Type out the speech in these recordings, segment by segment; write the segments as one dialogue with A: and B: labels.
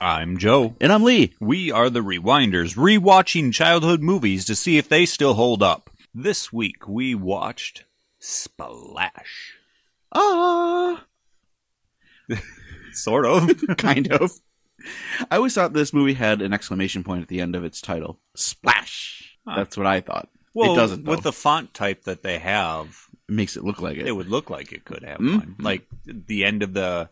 A: I'm Joe. And I'm Lee. We are the Rewinders, rewatching childhood movies to see if they still hold up. This week we watched Splash.
B: Ah,
A: Sort of.
B: kind of. I always thought this movie had an exclamation point at the end of its title. Splash.
A: Huh.
B: That's what I thought.
A: well,
B: it doesn't. Though.
A: with the font type that they have,
B: it makes it look like it.
A: it would look like it could have
B: Mm.
A: one. Like the end of the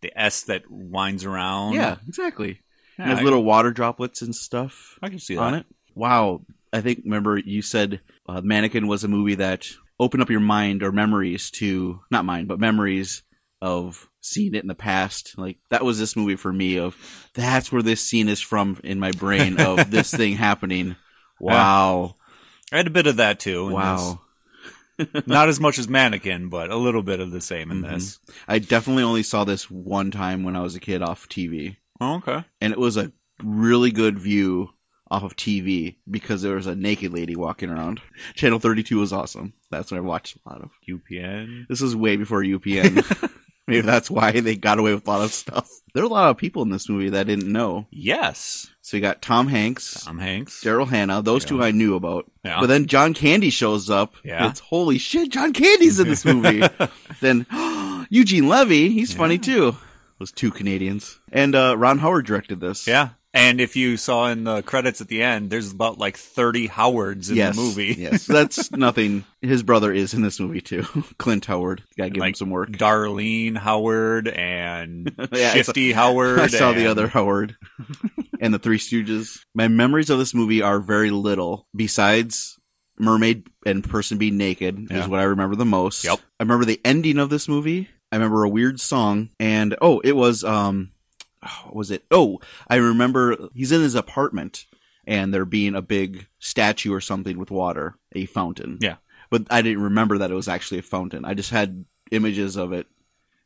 A: the S that winds around.
B: yeah, exactly.
A: Yeah,
B: it has
A: I-
B: little water droplets and stuff
A: I can see
B: on
A: that.
B: it. Wow. I think remember you said uh, Mannequin was a movie that opened up your mind or memories to not mind but memories of seeing it in the past. Like that was this movie for me. Of that's where this scene is from in my brain of this thing happening. Wow.
A: I had a bit of that too. in
B: Wow.
A: this. Not as much as Mannequin, but a little bit of the same in
B: Mhm.
A: this.
B: I definitely only saw this one time when I was a kid off TV,
A: Oh, okay.
B: and it was a really good view off of TV because there was a naked lady walking around. Channel 32 was awesome. That's what I watched a lot of.
A: UPN.
B: This was way before UPN. Maybe that's why they got away with a lot of stuff. There are a lot of people in this movie that I didn't know.
A: Yes.
B: So you got Tom Hanks,
A: Tom Hanks.
B: Daryl Hannah, those
A: Yeah.
B: two I knew about.
A: Yeah.
B: But then John Candy shows up.
A: Yeah.
B: It's holy shit, John Candy's in this movie. then Eugene Levy, he's funny too. Those two Canadians. And uh, Ron Howard directed this.
A: yeah. And if you saw in the credits at the end, there's about like 30 Howards in
B: yes,
A: the movie.
B: yes. That's nothing. His brother is in this movie too. Clint Howard. Gotta give him
A: Like
B: some work.
A: Darlene Howard and
B: Yeah, I
A: Shifty Howard.
B: I saw the
A: and-
B: other Howard and the Three Stooges. My memories of this movie are very little, besides mermaid and person being naked
A: Yeah.
B: is what I remember the most.
A: Yep.
B: I remember the ending of this movie. I remember a weird song, and oh, it was um, what was it? Oh, I remember he's in his apartment, and there being a big statue or something with water, a fountain.
A: Yeah.
B: but I didn't remember that it was actually a fountain. I just had images of it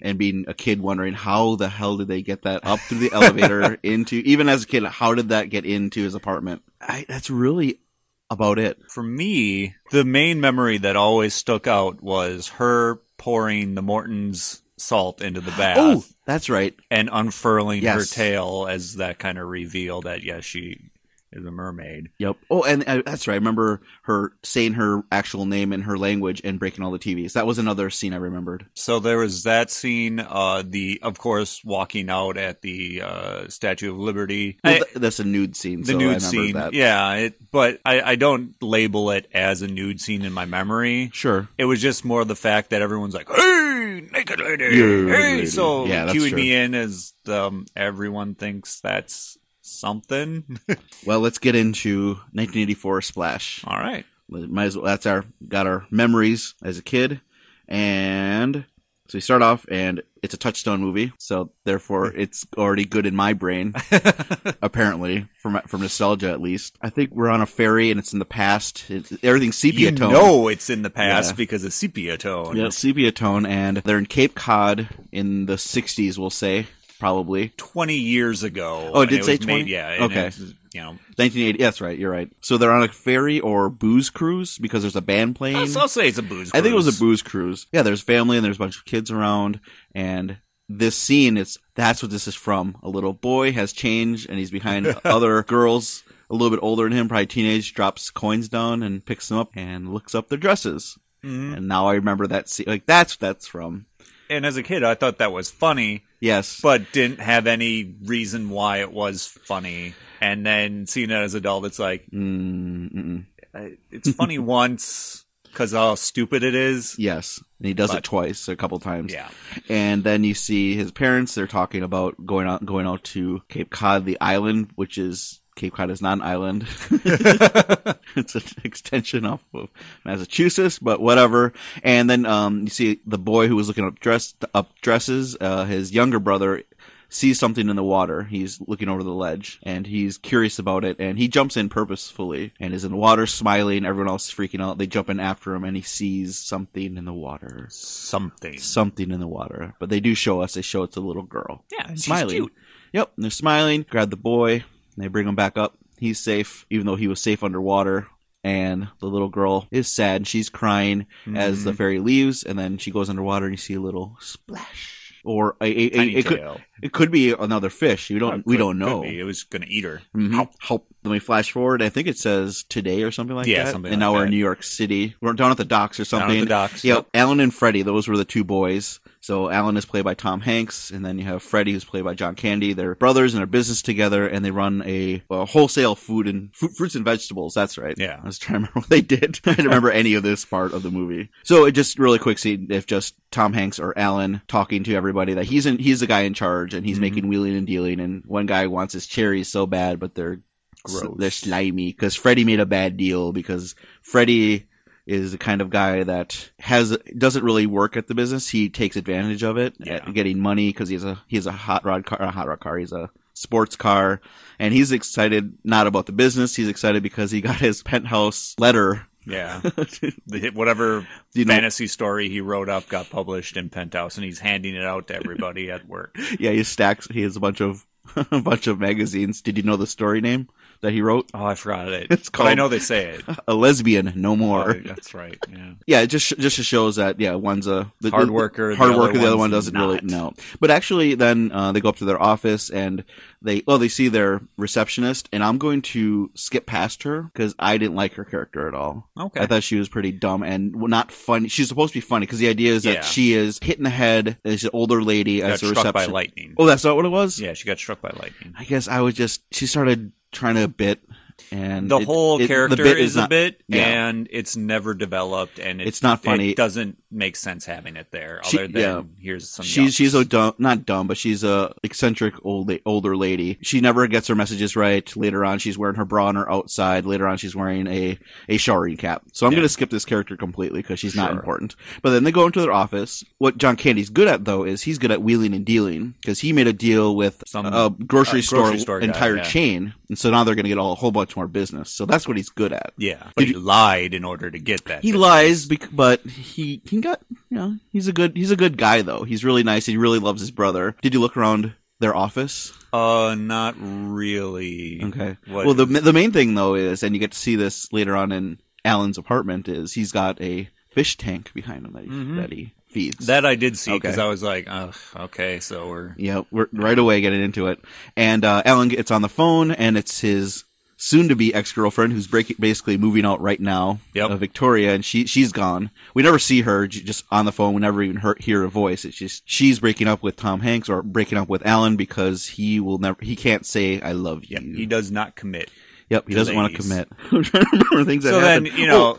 B: and being a kid wondering how the hell did they get that up through the elevator into even as a kid how did that get into his apartment I, that's really about it
A: For me, the main memory that always stuck out was her pouring the Morton's salt into the bath
B: oh that's right
A: and unfurling
B: Yes.
A: her tail as that kind of reveal that, yes, she is a mermaid.
B: yep oh and uh, that's right i remember her saying her actual name in her language and breaking all the tvs that was another scene i remembered
A: So there was that scene, uh, the, of course, walking out at the uh, Statue of Liberty.
B: well,
A: I-
B: th- that's a nude scene
A: the
B: so I
A: nude
B: remember
A: scene.
B: that.
A: Yeah, it, but I, I don't label it as a nude scene in my memory.
B: sure
A: It was just more the fact that everyone's like, "Hey, naked lady!"
B: Yeah,
A: hey,
B: lady.
A: so
B: Yeah, that's
A: cueing
B: true.
A: me in as um, everyone thinks that's something.
B: well let's get into 1984 splash
A: All right,
B: might as well that's our got our memories as a kid and so we start off and it's a touchstone movie so therefore it's already good in my brain apparently from from nostalgia at least i think we're on a ferry and it's in the past it's, everything's sepia
A: you
B: tone
A: know it's in the past
B: Yeah.
A: because of sepia tone.
B: yeah sepia tone and they're in cape cod in the 60s we'll say probably
A: Twenty years ago.
B: Oh, it
A: and
B: did say
A: was made-
B: 20?
A: Yeah. and
B: Okay.
A: it's, You know,
B: 1980 that's right you're right so they're on a ferry or booze cruise because there's a band playing
A: I'll, I'll say it's a booze.
B: I think it was
A: cruise.
B: a booze cruise. Yeah, there's family and there's a bunch of kids around, and this scene is that's what this is from. A little boy has changed, and he's behind other girls a little bit older than him, probably teenage. Drops coins down and picks them up and looks up their dresses.
A: Mhm.
B: And now I remember that scene. Like that's what that's from.
A: And as a kid, I thought that was funny.
B: Yes,
A: but didn't have any reason why it was funny. And then seeing it as an adult, it's like
B: Mm, mm-mm.
A: I- it's funny once because how stupid it is.
B: yes, and he does it
A: But-
B: twice, a couple times.
A: Yeah,
B: and then you see his parents they're talking about going out going out to cape cod the island which is cape cod is not an island it's an extension off of massachusetts but whatever and then um, you see the boy who was looking up dress up dresses uh, his younger brother sees something in the water he's looking over the ledge and he's curious about it and he jumps in purposefully and is in the water smiling everyone else is freaking out they jump in after him and he sees something in the water
A: something.
B: something in the water. But they do show us. They show it's a little girl.
A: Yeah, and she's
B: smiling.
A: cute.
B: Yep, and they're smiling. Grab the boy. And they bring him back up. He's safe, even though he was safe underwater. And the little girl is
A: Mm-hmm.
B: sad. and She's crying as the fairy leaves, and then she goes underwater, and you see a little splash. or a, a, a
A: Tiny
B: it could
A: tail. Uh,
B: it could be another fish. We
A: Could-
B: don't we don't
A: could
B: know.
A: be. It was going to eat her.
B: Mhm.
A: Help.
B: Help. Let me flash forward. I think it says today or something like
A: Yeah,
B: that.
A: something
B: and
A: like
B: now we're in
A: that.
B: New York City. We're down at the docks or something.
A: Down at the docks.
B: Yep. Alan and Freddie, those were the two boys. So Alan is played by Tom Hanks, and then you have Freddie, who's played by John Candy. They're brothers and they're business together, and they run a, a wholesale food and fru- fruits and vegetables. That's right.
A: Yeah.
B: I was trying to remember what they did. I didn't remember any of this part of the movie. So it just really quick scene if just Tom Hanks or Alan talking to everybody that he's in, he's the guy in charge, and he's
A: Mhm.
B: making wheeling and dealing. And one guy wants his cherries so bad, but they're
A: Gross.
B: they're slimy because Freddie made a bad deal because Freddie is the kind of guy that has doesn't really work at the business. He takes advantage of it,
A: Yeah.
B: at getting money because he has a he has a hot rod car, a hot rod car. He's a sports car, and he's excited not about the business. He's excited because he got his penthouse letter.
A: Yeah. The- Whatever
B: You know,
A: fantasy story he wrote up got published in Penthouse, and he's handing it out to everybody at work.
B: yeah, he stacks. He has a bunch of a bunch of magazines. Did you know the story name that he wrote?
A: Oh, I forgot it.
B: It's
A: But I
B: called-
A: know they say it.
B: A lesbian, no more.
A: Oh, that's right. Yeah.
B: Yeah, it just just shows that yeah, one's a the,
A: Hard
B: the-
A: worker, the
B: hard
A: other
B: worker. The other
A: one's
B: one doesn't really
A: not.
B: know. But actually, then uh, they go up to their office and they well they see their receptionist, and I'm going to skip past her because I didn't like her character at all.
A: Okay.
B: I thought she was pretty dumb and not funny. She's supposed to be funny because the idea is that
A: Yeah.
B: she is hit in the head as an older lady
A: got
B: as a
A: struck by
B: receptionist.
A: lightning.
B: Oh, that's not what it was.
A: Yeah, she got struck by lightning.
B: I guess I was just she started trying to bit, and
A: The
B: um, it-
A: whole
B: it- the
A: character
B: bit
A: is, a
B: not-
A: bit,
B: yeah.
A: and it's never developed, and it,
B: It's not funny.
A: It doesn't make sense having it there.
B: She-
A: other than
B: yeah.
A: here's some.
B: She's she's a
A: yucks.
B: dumb, not dumb, but she's a eccentric old la- older lady. She never gets her messages right. Later on, she's wearing her bra on her outside. Later on, she's wearing a a showering cap. So I'm
A: Yeah.
B: gonna skip this character completely because she's not
A: Sure.
B: important. But then they go into their office. What John Candy's good at though is he's good at wheeling and dealing because he made a deal with
A: Some-
B: a grocery
A: a grocery
B: store,
A: store guy,
B: entire
A: yeah.
B: chain, and so now they're gonna get a whole bunch more business. So that's what he's good at.
A: yeah, but he lied in order to get that.
B: He lies, bec- but he he got you know he's a good he's a good guy though. He's really nice. He really loves his brother. Did you look around their office?
A: Uh, not really.
B: Okay.
A: What
B: well, the
A: is-
B: the main thing though is, and you get to see this later on in Alan's apartment is he's got a fish tank behind him that he,
A: Mhm.
B: that he feeds.
A: That I did see because
B: Okay.
A: I was like, Ugh, okay, so we're
B: yeah, we're right away getting into it. And uh, Alan gets on the phone, and it's his soon-to-be ex-girlfriend who's break- basically moving out right now,
A: Yep.
B: uh, Victoria, and she she's gone. We never see her; j- just on the phone. We never even hear, hear her voice. It's just she's breaking up with Tom Hanks or breaking up with Alan because he will never he can't say "I love you."
A: yeah, he does not commit.
B: Yep, he doesn't want to
A: Ladies.
B: commit. I'm trying to remember things that
A: so then
B: happened.
A: you know,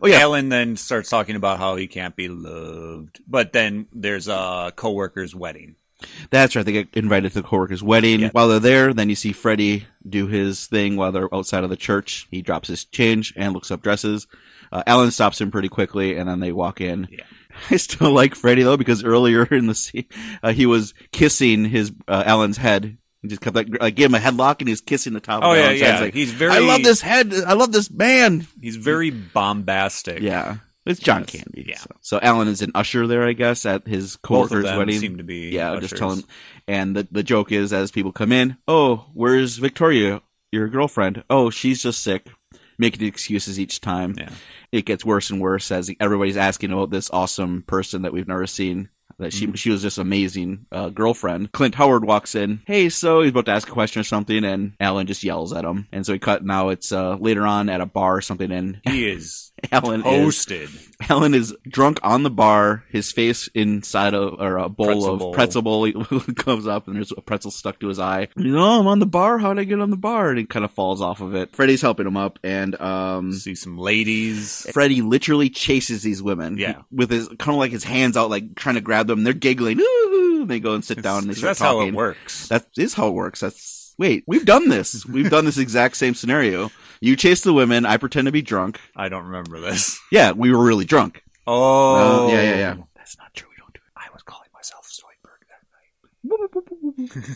B: oh, yeah.
A: Alan then starts talking about how he can't be loved, but then there's a coworker's wedding.
B: Oh, that's right. They get invited to the coworker's wedding.
A: Yeah.
B: While they're there, then you see Freddie do his thing while they're outside of the church. He drops his change and looks up dresses. Uh, Alan stops him pretty quickly, and then they walk in.
A: Yeah.
B: I still like Freddie though because earlier in the scene, uh, he was kissing his uh, Alan's head. He just kept like, like gave him a headlock, and he was kissing the top.
A: Oh
B: of
A: yeah,
B: Alan's head.
A: yeah.
B: It's like,
A: he's very.
B: I love this head. I love this man.
A: He's very bombastic.
B: Yeah. It's John
A: Yes.
B: Candy.
A: Yeah.
B: So. So Alan is an usher there, I guess, at
A: both
B: his
A: of
B: coworker's
A: them
B: wedding.
A: seem to be.
B: yeah,
A: ushers.
B: just tell him. And the, the joke is, as people come in, oh, where's Victoria, your girlfriend? Oh, she's just sick. Making excuses each time.
A: Yeah.
B: It gets worse and worse as everybody's asking about this awesome person that we've never seen. That she
A: Mhm.
B: she was just amazing uh, girlfriend. Clint Howard walks in. Hey, so he's about to ask a question or something, and Alan just yells at him. And so he cut. Now it's uh, later on at a bar or something, and
A: He is
B: Alan
A: Oh,
B: is
A: toasted.
B: Alan is drunk on the bar, his face inside a or a bowl
A: Pretzel
B: of
A: bowl.
B: pretzel bowl He comes up and there's a pretzel stuck to his eye. You know, I'm on the bar. How'd I get on the bar? And he kind of falls off of it. Freddy's helping him up, and um,
A: See some ladies.
B: Freddy literally chases these women.
A: Yeah.
B: with his kind of like his hands out, like trying to grab them. They're giggling. Ooh, and they go and sit down and they start
A: that's
B: talking.
A: how it works.
B: That is how it works. That's wait, we've done this. we've done this exact same scenario. You chase the women. I pretend to be drunk.
A: I don't remember this.
B: Yeah, we were really drunk.
A: Oh,
B: yeah, yeah, yeah.
A: That's not true. We don't do it. I was calling myself Zoidberg that night.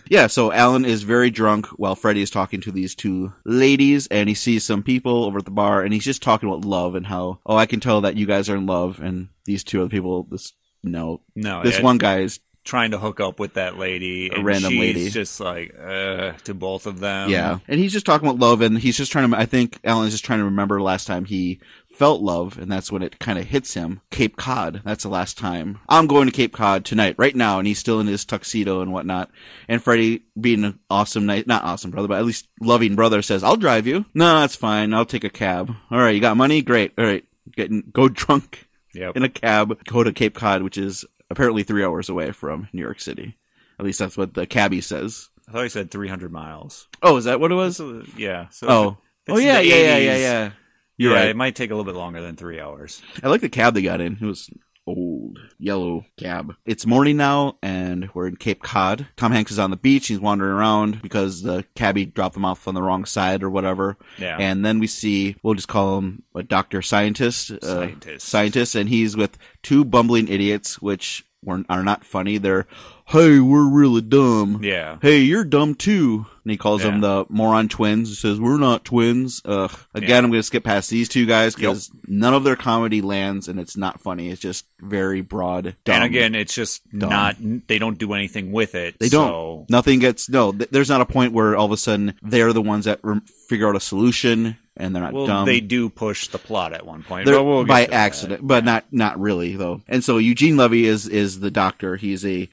B: Yeah, so Alan is very drunk while Freddy is talking to these two ladies, and he sees some people over at the bar, and he's just talking about love and how, oh, I can tell that you guys are in love, and these two other people, this no,
A: No,
B: this
A: Oh, yeah,
B: one guy is,
A: trying to hook up with that lady.
B: A
A: and
B: random
A: she's
B: lady.
A: Just like uh, to both of them.
B: yeah, and he's just talking about love, and he's just trying to, I think Alan is just trying to remember last time he felt love, and that's when it kind of hits him. Cape Cod. That's the last time. I'm going to Cape Cod tonight, right now, and he's still in his tuxedo and whatnot. And Freddie, being an awesome, night, not awesome brother, but at least loving brother, says, "I'll drive you." No, that's fine. I'll take a cab. All right, you got money? Great. All right, getting go drunk
A: Yep.
B: in a cab, go to Cape Cod, which is apparently three hours away from New York City. At least that's what the cabbie says.
A: I thought I said 300 miles.
B: Oh, is that what it was?
A: So, yeah. So
B: Oh,
A: it's
B: oh yeah,
A: the
B: yeah, yeah, yeah,
A: 80s.
B: yeah. You're
A: yeah,
B: right.
A: It might take a little bit longer than three hours.
B: I like the cab they got in. It was old yellow cab. It's morning now, and we're in Cape Cod. Tom Hanks is on the beach. He's wandering around because the cabbie dropped him off on the wrong side or whatever.
A: Yeah.
B: And then we see, we'll just call him a doctor scientist, uh,
A: Scientist.
B: scientist, and he's with two bumbling idiots, which were, are not funny. They're, hey, we're really dumb.
A: yeah.
B: Hey, you're dumb too. And he calls them the moron twins. He says, We're not twins. Ugh. Again,
A: Yeah.
B: I'm going to skip past these two guys because none of their comedy lands and it's not funny. It's just very broad. Dumb.
A: And again, it's just not. They don't do anything with it.
B: They don't.
A: so-
B: Nothing gets, no, th- there's not a point where all of a sudden they're the ones that rem- figure out a solution and they're not
A: Well,
B: dumb.
A: they do push the plot at one point.
B: They're-
A: but we'll get
B: by
A: to that.
B: accident, but not not really though. And so Eugene Levy is is the doctor. He's a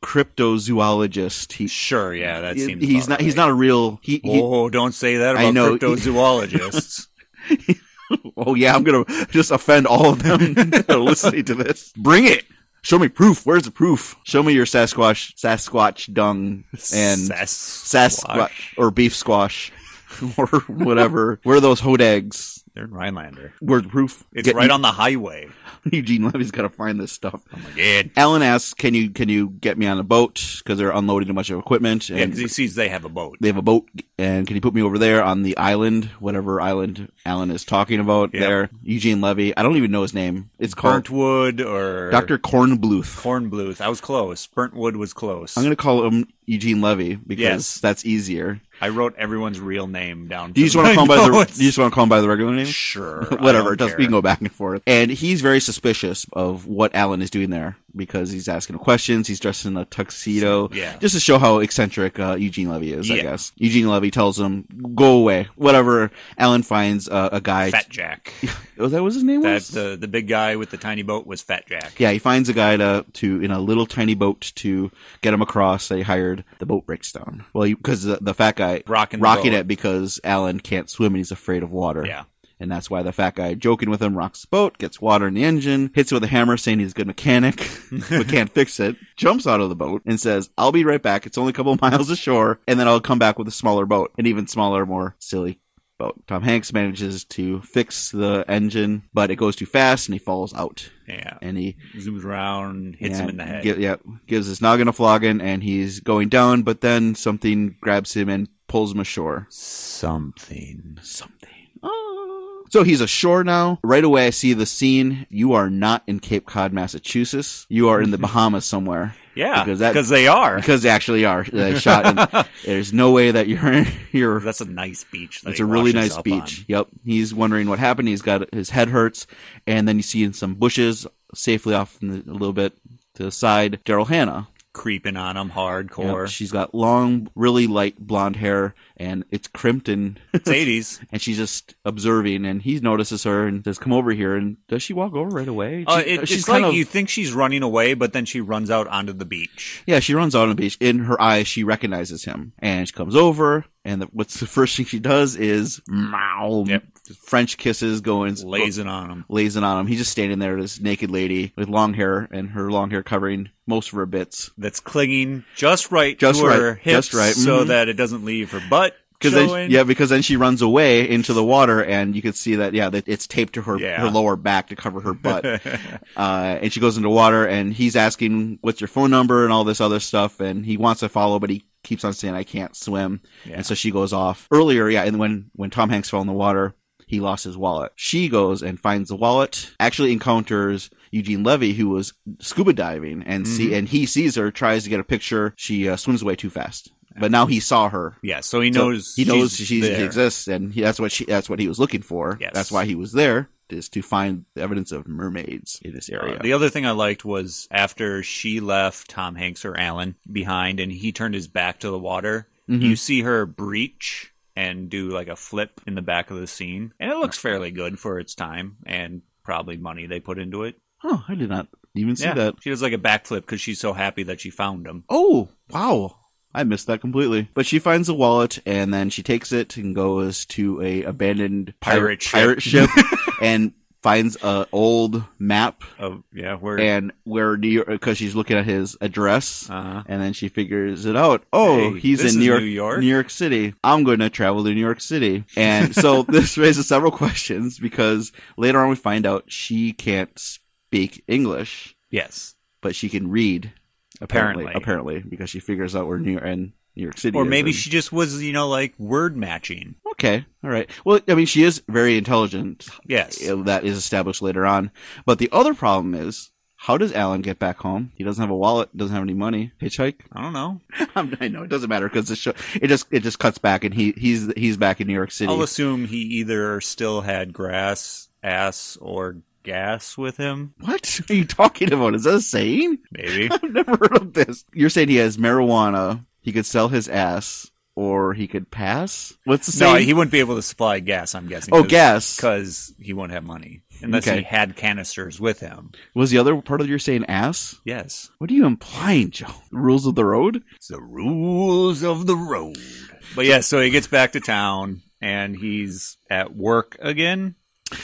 B: cryptozoologist. He,
A: Sure. Yeah. That seems.
B: he's
A: about
B: not he's
A: right.
B: not a real he, he
A: Oh, don't say that
B: I
A: about
B: know.
A: cryptozoologists.
B: Oh yeah, I'm gonna just offend all of them that are listening to this. Bring it. Show me proof. Where's the proof? Show me your Sasquatch, Sasquatch dung and
A: Sasquatch.
B: Sasquatch or beef squash or whatever. Where are those hodags?
A: They're in Rhinelander.
B: Where's the proof?
A: It's
B: Get-
A: right on the highway.
B: Eugene Levy's got to find this stuff.
A: Oh my god.
B: Alan asks, "Can you can you get me on a boat? Because they're unloading a bunch of equipment
A: Yeah,
B: and
A: because he sees they have a boat.
B: they have a boat and can you put me over there on the island whatever island alan is talking about
A: Yeah.
B: there eugene levy i don't even know his name it's called
A: Burntwood or
B: dr cornbluth
A: Cornbluth. I was close. Burntwood was close.
B: i'm going to call him eugene levy because
A: Yes.
B: that's easier
A: I wrote everyone's real name down.
B: do you just want to call him by the you just want to call him by the regular name
A: sure?
B: whatever it does we
A: be
B: can go back and forth and he's very suspicious of what alan is doing there because he's asking him questions he's dressed in a tuxedo
A: Yeah.
B: just to show how eccentric uh, Eugene Levy is, I
A: Yeah.
B: guess. Eugene Levy tells him, "Go away." Whatever. Alan finds uh, a guy.
A: Fat Jack.
B: was that what his name
A: That
B: was?
A: the the big guy with the tiny boat was Fat Jack.
B: yeah, he finds a guy to, to in a little tiny boat to get him across. They hired the boat breaks down. Well, because the, the fat guy
A: Rocking the
B: rocking
A: boat.
B: it because Alan can't swim and he's afraid of water.
A: Yeah.
B: and that's why the fat guy joking with him rocks the boat, gets water in the engine, hits it with a hammer, saying he's a good mechanic but can't fix it. Jumps out of the boat and says, "I'll be right back. It's only a couple miles ashore, and then I'll come back with a smaller boat, an even smaller, more silly." boat." Tom Hanks manages to fix the engine, but it goes too fast and he falls out.
A: Yeah.
B: And he
A: Zooms around, hits him
B: and
A: in the head.
B: gi- yeah, gives his noggin a flogging, and he's going down. But then something grabs him and pulls him ashore.
A: Something.
B: Something. Ah. So he's ashore now. Right away, I see the scene. You are not in Cape Cod, Massachusetts. You are in the Bahamas somewhere
A: Yeah,
B: Because
A: because,
B: that-
A: they are.
B: because they actually are they shot. In, there's no way that you're you're.
A: That's a nice beach. That
B: It's
A: he
B: a really
A: washes
B: nice
A: up
B: beach. Yep. He's wondering what happened. He's got his head hurts, and then you see in some bushes safely off in the, a little bit to the side, Daryl Hannah,
A: on, creeping on him
B: Yep,
A: hardcore.
B: she's got long, really light blonde hair, and it's crimped, and,
A: It's eighties.
B: and she's just observing. And he notices her and says, "Come over here." And does she walk over right away?
A: Uh,
B: She-
A: it,
B: she's
A: it's like
B: of,
A: you think she's running away, but then she runs out onto the beach.
B: yeah. She runs out on the beach. In her eyes, she recognizes him, and she comes over. And the, what's the first thing she does is, meow,
A: Yep.
B: French kisses going
A: Lazing on him.
B: lazing on him. He's just standing there, this naked lady with long hair, and her long hair covering most of her bits.
A: That's clinging just right
B: Just
A: to her
B: right,
A: hips,
B: just right,
A: so
B: mhm.
A: that it doesn't leave her butt.
B: Because
A: showing.
B: then, yeah, because then she runs away into the water, and you can see that yeah, that it's taped to her
A: Yeah.
B: her lower back to cover her butt, uh, and she goes into water, and he's asking what's your phone number and all this other stuff, and he wants to follow, but he keeps on saying I can't swim,
A: Yeah.
B: and so she goes off earlier, yeah, and when when Tom Hanks fell in the water, he lost his wallet. She goes and finds the wallet, actually encounters Eugene Levy, who was scuba diving, and
A: Mm-hmm.
B: see, and he sees her, tries to get a picture, she uh, swims away too fast, but now he saw her.
A: yeah. So he
B: So
A: knows.
B: he knows
A: she's
B: she
A: there.
B: exists, and he, that's what she that's what he was looking for.
A: Yes.
B: That's why he was there is to find the evidence of mermaids in this
A: Uh,
B: area.
A: the other thing I liked was after she left Tom Hanks or Alan behind and he turned his back to the water,
B: Mhm.
A: you see her
B: Mm-hmm.
A: breach and do like a flip in the back of the scene. And it looks fairly good for its time and probably money they put into it.
B: Oh, I did not even see
A: yeah,
B: that.
A: she does like a backflip because she's so happy that she found him.
B: Oh, wow. I missed that completely. But she finds the wallet and then she takes it and goes to a abandoned pir-
A: Pirate ship.
B: pirate ship and finds a old map
A: Oh yeah, where
B: and where New York because she's looking at his address
A: uh,
B: and then she figures it out. Oh,
A: Hey,
B: he's
A: this
B: in
A: is
B: New York,
A: New York.
B: New York City. I'm going to travel to New York City. And so this raises several questions because later on we find out she can't speak English,
A: yes,
B: but she can read apparently
A: Apparently.
B: apparently because she figures out where New York and New York City
A: or
B: is
A: maybe
B: and-
A: she just was you know like word matching.
B: Okay. All right. Well, I mean she is very intelligent. Uh,
A: Yes,
B: That is established later on. But the other problem is how does Alan get back home? He doesn't have a wallet, doesn't have any money. Hitchhike?
A: I don't know.
B: I'm, I know it doesn't matter because the show it just it just cuts back and he he's he's back in New York City.
A: I'll assume he either still had grass, ass, or gas with him.
B: what are you talking about? Is that a saying?
A: Maybe
B: I've never heard of this. You're saying he has marijuana. He could sell his ass, or he could pass. What's the
A: no,
B: saying?
A: he wouldn't be able to supply gas. I'm guessing.
B: oh,
A: cause,
B: gas
A: because he wouldn't have money unless
B: Okay.
A: he had canisters with him.
B: was the other part of your saying ass.
A: Yes,
B: What are you implying, Joe? Rules of the road?
A: it's the rules of the road. But yeah, so he gets back to town and he's at work again.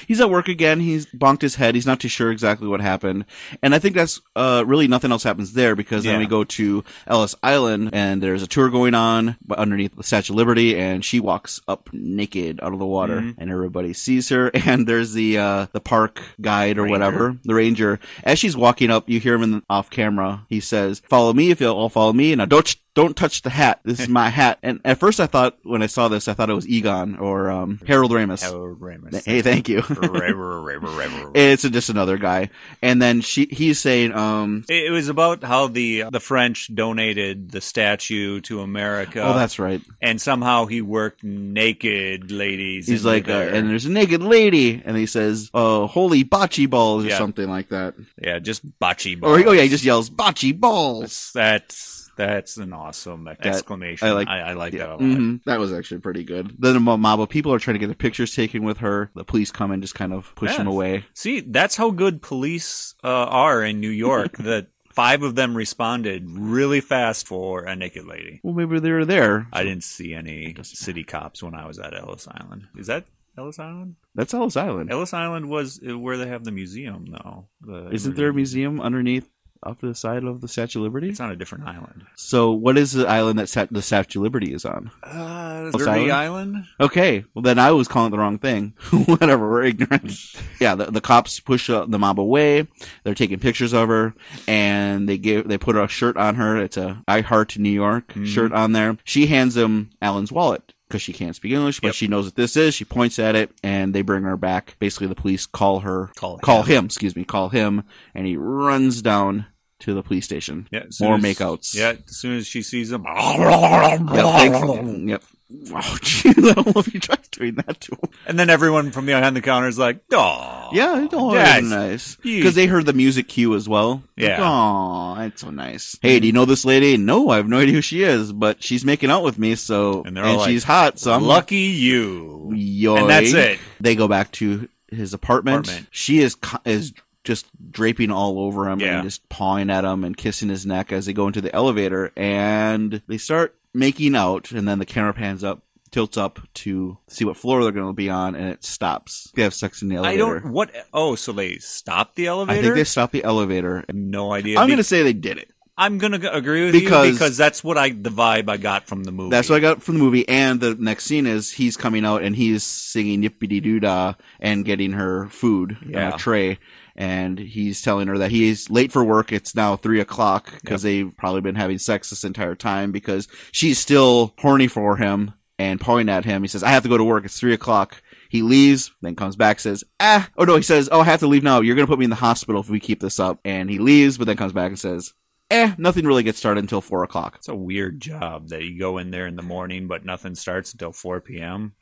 B: He's at work again. He's bonked his head. He's not too sure exactly what happened. And I think that's uh, really nothing else happens there because then
A: Yeah.
B: we go to Ellis Island and there's a tour going on b- underneath the Statue of Liberty and she walks up naked out of the water
A: Mhm.
B: and everybody sees her. And there's the uh, the park guide or
A: Ranger.
B: whatever, the ranger. As she's walking up, you hear him in the, off camera. He says, "Follow me if you'll all follow me." And I don't don't touch the hat. This is my hat. And at first, I thought when I saw this, I thought it was Egon or um, Harold Ramis.
A: Harold Ramis.
B: Hey, thank you.
A: Raver, raver, raver. It
B: It's just another guy, and then she he's saying, um,
A: it was about how the uh, the French donated the statue to America,
B: oh, that's right.
A: and somehow he worked naked ladies.
B: He's
A: into
B: like, uh,
A: their-
B: and there's a naked lady, and he says, oh, holy bocce balls or
A: Yeah.
B: something like that,
A: yeah, just bocce
B: or
A: balls.
B: oh yeah, he just yells bocce balls.
A: That's that's, that's an awesome exclamation.
B: I
A: I
B: like-
A: like I, like
B: Yeah,
A: that a lot.
B: mhm, that was actually pretty good. Then a mo- mob of people are trying to get their pictures taken with her. The police come and just kind of push
A: Yeah.
B: them away.
A: See, that's how good police uh, are in New York. that five of them responded really fast for a naked lady.
B: Well, maybe they were there.
A: I didn't see any city cops when I was at Ellis Island. Is that Ellis Island?
B: That's Ellis Island.
A: Ellis Island was uh, where they have the museum, though. The-
B: Isn't there a museum underneath, off to the side of the Statue of Liberty?
A: It's on a different island.
B: So, what is the island that Sat- the Statue of Liberty is on?
A: Uh,
B: Ellis
A: Derby Island?
B: Okay, well then I was calling it the wrong thing. Whatever, we're ignorant. yeah, the, the cops push uh, the mob away. They're taking pictures of her, and they give they put a shirt on her. It's a I Heart New York
A: Mhm.
B: shirt on there. She hands him Alan's wallet because she can't speak English, but
A: Yep.
B: she knows what this is. She points at it, and they bring her back. Basically, the police call her,
A: Call it.
B: call him, excuse me, call him, and he runs down to the police station.
A: Yeah, as
B: More
A: soon as-
B: makeouts.
A: Yeah, as soon as she sees him.
B: Yep. thanks- yep. Oh, gee, I don't know if you tried doing that to him.
A: And then everyone from behind the counter is like, "Aw,
B: Yeah, it's all
A: yes."
B: nice.
A: You-
B: Because they heard the music cue as well.
A: Yeah.
B: Aw, that's so nice. Hey, do you know this lady? No, I have no idea who she is, but she's making out with me, so
A: And they're all like,
B: she's hot, so I'm
A: lucky you."
B: Yoy.
A: And that's it.
B: They go back to his apartment.
A: Apartment.
B: She is co- is just draping all over him
A: Yeah.
B: and just pawing at him and kissing his neck as they go into the elevator, and they start making out, and then the camera pans up. Tilts up to see what floor they're going to be on, and it stops. They have sex in the elevator.
A: I don't. What? Oh, so they stopped the elevator.
B: I think they stopped the elevator.
A: no idea.
B: I'm
A: Be-
B: going to say they did it.
A: I'm gonna g- agree with
B: Because-
A: you because that's what I the vibe I got from the movie.
B: That's what I got from the movie. And the next scene is he's coming out and he's singing Yippity Doo Dah and getting her food on
A: Yeah.
B: a tray. And he's telling her that he's late for work. It's now three o'clock because they've probably been having sex this entire time because she's still horny for him and pawing at him. He says, I have to go to work. It's three o'clock. He leaves, then comes back, says, ah, oh no, he says, oh, I have to leave now. You're going to put me in the hospital if we keep this up. And he leaves, but then comes back and says, eh, nothing really gets started until four o'clock.
A: It's a weird job that you go in there in the morning, but nothing starts until 4 p.m.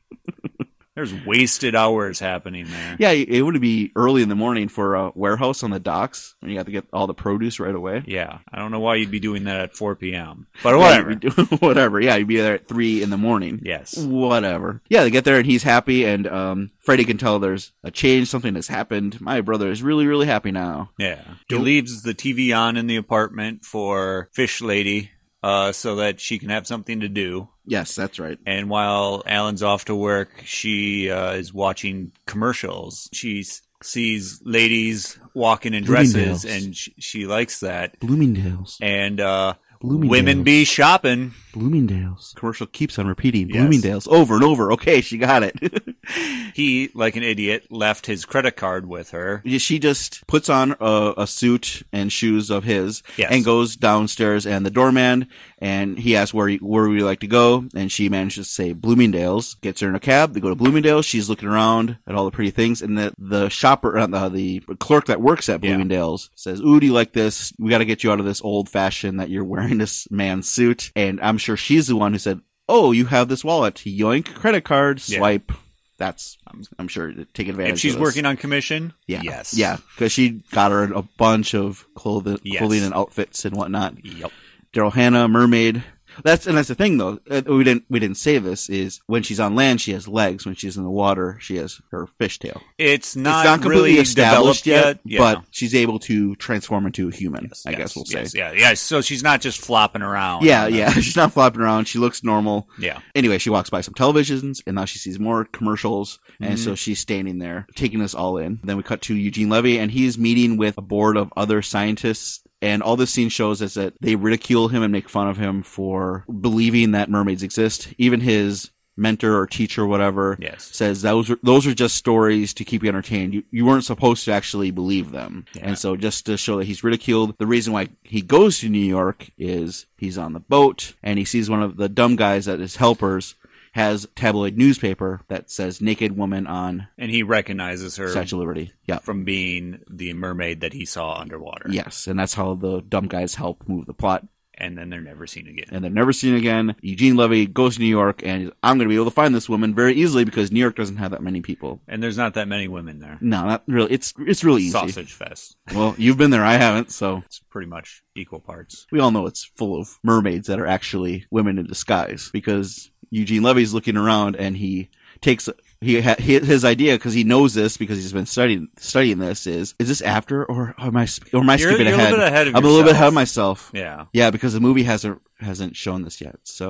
A: There's wasted hours happening there.
B: Yeah, it would be early in the morning for a warehouse on the docks, and you have to get all the produce right away.
A: Yeah, I don't know why you'd be doing that at 4 p.m. But whatever.
B: Yeah, you'd be- whatever. Yeah, you'd be there at three in the morning.
A: Yes.
B: Whatever. Yeah, they get there and he's happy, and um, Freddy can tell there's a change, something has happened. My brother is really, really happy now.
A: Yeah. He leaves the TV on in the apartment for Fish Lady uh, so that she can have something to do.
B: Yes, that's right.
A: And while Alan's off to work, she uh, is watching commercials. She s- sees ladies walking in dresses,
B: Bloomingdale's.
A: and sh- she likes that.
B: Bloomingdale's.
A: And uh,
B: Bloomingdale's.
A: women be shopping.
B: Bloomingdale's. Commercial keeps on repeating.
A: Yes.
B: Bloomingdale's over and over. Okay, she got it.
A: He, like an idiot, left his credit card with her.
B: Yeah, she just puts on a, a suit and shoes of his
A: Yes.
B: and goes downstairs and the doorman and he asks where he- where we like to go and she manages to say Bloomingdale's gets her in a cab they go to Bloomingdale's she's looking around at all the pretty things and the the shopper uh, the, the clerk that works at
A: Yeah.
B: Bloomingdale's says ooh do you like this we got to get you out of this old fashioned that you're wearing this man's suit and I'm sure she's the one who said oh you have this wallet yoink credit card
A: Yeah.
B: swipe that's I'm sure take advantage
A: If she's
B: of this.
A: working on commission,
B: Yeah.
A: yes.
B: Yeah, because she got her a bunch of clothing,
A: Yes.
B: clothing and outfits and whatnot.
A: Yep.
B: Daryl Hannah, mermaid. That's and that's the thing though. uh, We didn't we didn't say this is when she's on land she has legs. When she's in the water she has her fishtail.
A: It's
B: It's
A: not,
B: not completely
A: really
B: established
A: developed yet,
B: yet,
A: Yeah.
B: but she's able to transform into a human. I
A: Yes,
B: guess we'll say.
A: yes, yeah, yeah. So she's not just flopping around.
B: Yeah, yeah. She's not flopping around. She looks normal.
A: yeah.
B: Anyway, she walks by some televisions, and now she sees more commercials, and
A: Mhm.
B: so she's standing there taking this all in. Then we cut to Eugene Levy, and he's meeting with a board of other scientists. And all this scene shows is that they ridicule him and make fun of him for believing that mermaids exist. Even his mentor or teacher, or whatever,
A: Yes.
B: says those are those are just stories to keep you entertained. You, you weren't supposed to actually believe them,
A: Yeah.
B: and so just to show that he's ridiculed. The reason why he goes to New York is he's on the boat and he sees one of the dumb guys at his helpers has tabloid newspaper that says naked woman on
A: And he recognizes her
B: Statue of Liberty. Yeah.
A: from being the mermaid that he saw underwater.
B: Yes, and that's how the dumb guys help move the plot,
A: And then they're never seen again.
B: and they're never seen again. Eugene Levy goes to New York, and I'm going to be able to find this woman very easily because New York doesn't have that many people.
A: And there's not that many women there.
B: No, not really. It's it's really easy.
A: Sausage fest.
B: Well, you've been there. I haven't, so
A: It's pretty much equal parts.
B: we all know it's full of mermaids that are actually women in disguise because Eugene Levy's looking around and he takes he ha- hi- his idea because he knows this because he's been studying studying this is is this after or am I sp- or am I
A: You're-
B: skipping
A: you're a
B: ahead?
A: little bit ahead of
B: I'm a little bit
A: yourself.
B: ahead of myself.
A: Yeah.
B: Yeah, because the movie hasn't hasn't shown this yet. So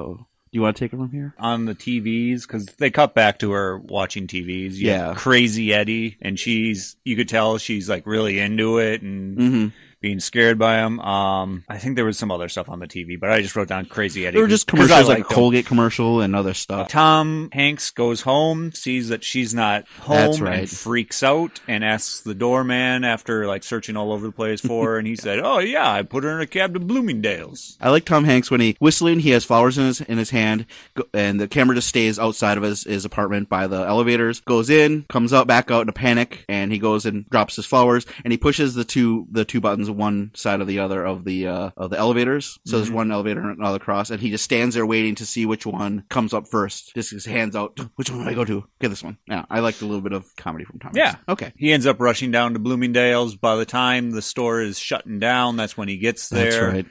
B: do you want to take it from here?
A: On the TVs, because they cut back to her watching TVs. You have
B: Yeah.
A: Crazy Eddie. And she's, you could tell she's like really into it and
B: Mm-hmm.
A: being scared by him. Um, I think there was some other stuff on the TV, but I just wrote down Crazy Eddie.
B: There were just
A: 'cause I
B: commercials like a
A: liked him.
B: Colgate commercial and other stuff.
A: Tom Hanks goes home, sees that she's not home,
B: That's right.
A: and freaks out and asks the doorman after like searching all over the place for her. And he said, "Oh yeah, I put her in a cab to Bloomingdale's."
B: I like Tom Hanks when he whistling. He has flowers in his in his hand, go, and the camera just stays outside of his, his apartment by the elevators. Goes in, comes out, back out in a panic, and he goes and drops his flowers. And he pushes the two the two buttons one side of the other of the uh, of the elevators. So there's
A: Mhm.
B: one elevator and another cross, and he just stands there waiting to see which one comes up first. Just his hands out. Which one do I go to? Get this one. Yeah, I liked a little bit of comedy from Tom. Hanks.
A: Yeah.
B: Okay.
A: He ends up rushing down to Bloomingdale's. By the time the store is shutting down, that's when he gets there.
B: That's right.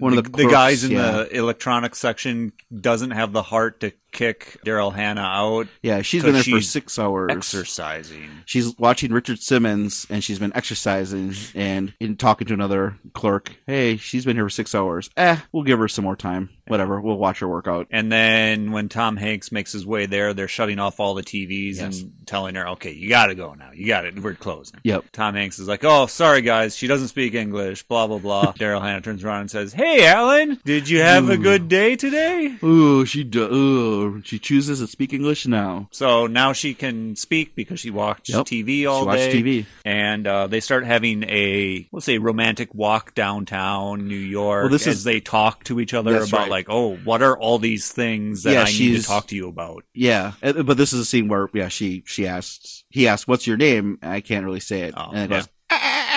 A: One of the, the
B: crooks,
A: guys in
B: yeah.
A: the electronics section doesn't have the heart to kick Daryl Hannah out
B: Yeah, she's
A: 'Cause
B: been there for
A: she's
B: six hours.
A: exercising.
B: she's watching Richard Simmons and she's been exercising and in talking to another clerk. Hey, she's been here for six hours. Eh, we'll give her some more time. Whatever. We'll watch her work out.
A: And then when Tom Hanks makes his way there, they're shutting off all the TVs
B: Yes.
A: and telling her, "Okay, you got to go now. You got it. We're closing."
B: Yep.
A: Tom Hanks is like, "Oh, sorry guys, she doesn't speak English." Blah blah blah. Daryl Hannah turns around and says, "Hey, Alan, did you have a
B: Ooh.
A: good day today?"
B: Ooh, she do- ooh, she chooses to speak English now.
A: So now she can speak because she watched
B: Yep.
A: TV all
B: she watched
A: day.
B: TV.
A: And uh, they start having a let's say romantic walk downtown New York
B: Well, this
A: as
B: is-
A: they talk to each other
B: That's
A: about
B: right.
A: like, "Oh, what are all these things that
B: Yeah,
A: I need to
B: she's-
A: talk to you about?"
B: Yeah, Uh, but this is a scene where yeah she she asks he asks what's your name I can't really say it "Ah,
A: Oh,
B: and it
A: yeah.
B: goes ah,"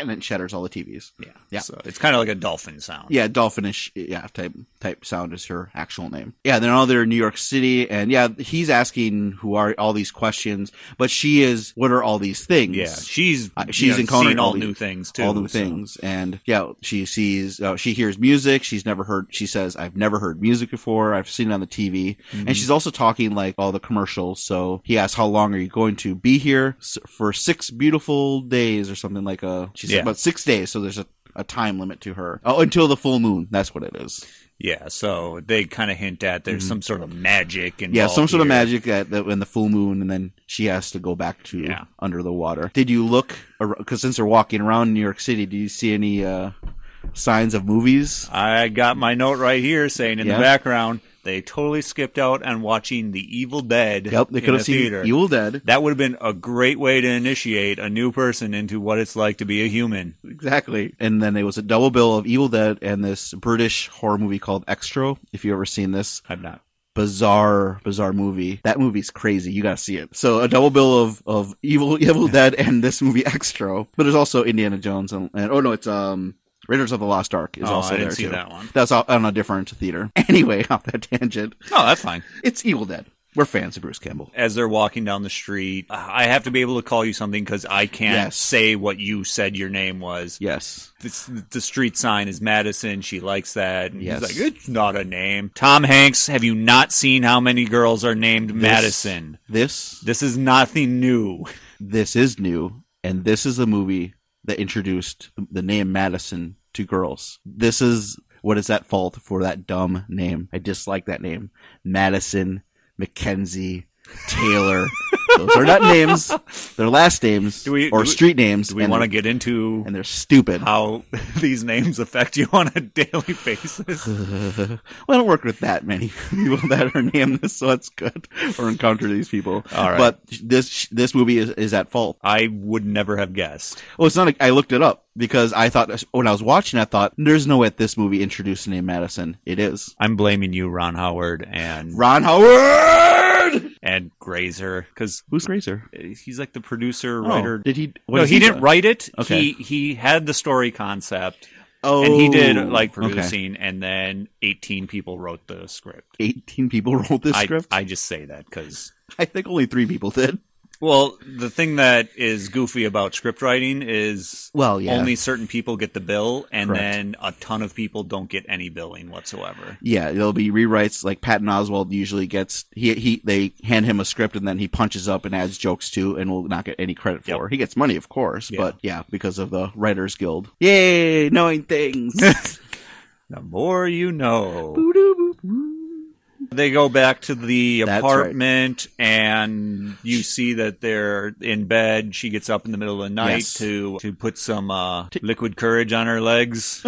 B: and it shatters all the TVs.
A: Yeah.
B: Yeah.
A: So it's kind of like a dolphin sound.
B: Yeah, Dolphinish, yeah, type type sound is her actual name. Yeah, they're all there in New York City, and yeah, he's asking who are all these questions, but she is what are all these things?
A: Yeah. She's
B: Uh, she's
A: you know,
B: encountering
A: seen
B: all
A: all,
B: the-
A: new things too.
B: all new
A: so-
B: things, and yeah, she sees, uh, she hears music. She's never heard. She says, "I've never heard music before. I've seen it on the TV."
A: Mhm.
B: And she's also talking like all the commercials. So he asks, "How long are you going to be here S- for six beautiful days or something like a?" She said
A: Yeah.
B: about six days. So there's a a time limit to her. Oh, until the full moon. That's what it is.
A: Yeah, so they kind of hint at there's
B: Mhm.
A: some sort of magic and
B: Yeah, some sort of magic at the, in the full moon, and then she has to go back to
A: Yeah.
B: under the water. Did you look? Because since they're walking around New York City, do you see any uh, signs of movies?
A: I got my note right here saying in
B: Yeah.
A: the background they totally skipped out on watching The Evil Dead.
B: Yep, they
A: in
B: could
A: a
B: have seen
A: theater.
B: Evil Dead.
A: That would have been a great way to initiate a new person into what it's like to be a human.
B: Exactly. And then it was a double bill of Evil Dead and this British horror movie called Extra. If you ever seen this
A: I'm not.
B: bizarre, bizarre movie, that movie's crazy. You gotta see it. So a double bill of of Evil Evil Dead and this movie Extra. But there's also Indiana Jones and, and oh no, it's um Raiders of the Lost Ark is
A: oh,
B: also
A: I didn't
B: there
A: see
B: too.
A: that one.
B: That's all on a different theater. Anyway, off that tangent,
A: No, that's fine.
B: it's Evil Dead. We're fans of Bruce Campbell.
A: As they're walking down the street, I have to be able to call you something because I can't
B: Yes.
A: say what you said your name was.
B: Yes.
A: This, the street sign is Madison. She likes that. And
B: Yes.
A: He's like, it's not a name. Tom Hanks, have you not seen how many girls are named Madison?
B: This
A: This is nothing new.
B: this is new, and this is the movie that introduced the name Madison to girls. This is what is that fault for that dumb name? I dislike that name. Madison, Mackenzie, Taylor. Those are not names. They're last names
A: Do we-
B: or
A: do we-
B: street names.
A: Do we
B: and
A: want to
B: they're-
A: get into
B: and they're stupid.
A: how these names affect you on a daily basis?
B: well, I don't work with that many people that are nameless, so that's good. Or encounter these people.
A: All right.
B: But this this movie is, is at fault.
A: I would never have guessed.
B: Well, it's not. A, I looked it up because I thought when I was watching, I thought there's no way that this movie introduced the name Madison. It is
A: I'm blaming you, Ron Howard, and
B: Ron Howard.
A: and Grazer, because
B: Who's Grazer?
A: he's like the producer,
B: Writer?
A: writer.
B: Oh, did he? what
A: Oh. no,
B: does
A: he, didn't
B: do?
A: write it.
B: Okay.
A: He he had the story concept,
B: Oh,
A: and he did like
B: okay.
A: producing, and then 18 people wrote the script.
B: Eighteen people wrote this
A: I,
B: script. I,
A: I just say that because
B: think only three people did.
A: well, the thing that is goofy about script writing is
B: Well, yeah,
A: Only certain people get the bill, and
B: Correct.
A: then a ton of people don't get any billing whatsoever.
B: yeah. There'll be rewrites. Like Patton Oswald usually gets he he they hand him a script and then he punches up and adds jokes to and will not get any credit for.
A: Yep.
B: it. He gets money, of course,
A: Yeah.
B: but yeah, because of the Writers Guild. Yay, knowing things.
A: The more you know.
B: Boo-doo-boo-boo.
A: They go back to the
B: That's right.
A: apartment, and you see that they're in bed. She gets up in the middle of the night
B: Yes.
A: to to put some uh, liquid courage on her legs.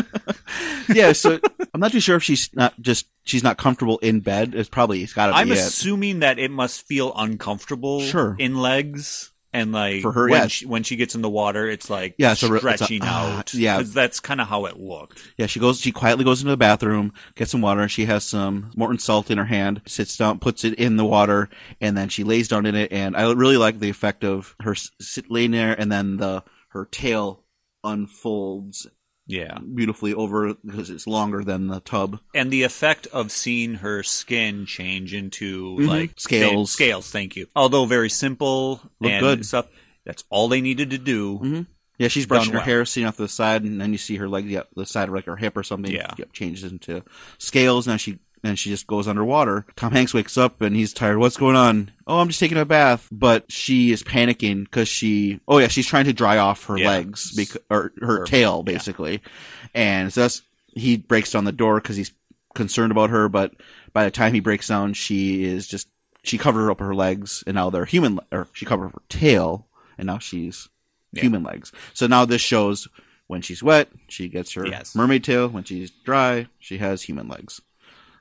B: yeah, so I'm not too sure if she's not just she's not comfortable in bed. It's probably it's got to be
A: I'm
B: it.
A: assuming that it must feel uncomfortable
B: Sure.
A: in legs. And like
B: For her,
A: when,
B: yeah.
A: she, when she gets in the water, it's like
B: Yeah, it's a re- it's a-
A: stretching
B: ah,
A: out.
B: yeah.
A: 'Cause that's kind of how it looked.
B: yeah, she goes. She quietly goes into the bathroom, gets some water, and she has some Morton salt in her hand. Sits down, puts it in the water, and then she lays down in it. And I really like the effect of her s- sit laying there, and then the her tail unfolds
A: Yeah.
B: beautifully over because it's longer than the tub.
A: and the effect of seeing her skin change into
B: Mhm.
A: like
B: Scales.
A: thin- scales. Thank you. Although very simple
B: Look
A: and
B: good.
A: stuff. That's all they needed to do.
B: Mhm. Yeah, she's
A: Done
B: brushing her
A: well.
B: hair, sitting off to the side, and then you see her leg, yeah, the side of like her hip or something.
A: Yeah.
B: yep, changes into scales. Now she and she just goes underwater. Tom Hanks wakes up and he's tired. What's going on? Oh, I'm just taking a bath. But she is panicking because she. Oh yeah, she's trying to dry off her
A: Yeah.
B: legs because or her
A: Her-
B: tail
A: yeah.
B: basically, and so that's he breaks down the door because he's concerned about her. But by the time he breaks down, she is just she covered up her legs, and now they're human. le- Or she covered her tail, and now she's
A: Yeah.
B: human legs. So now this shows when she's wet, she gets her
A: Yes.
B: mermaid tail. When she's dry, she has human legs.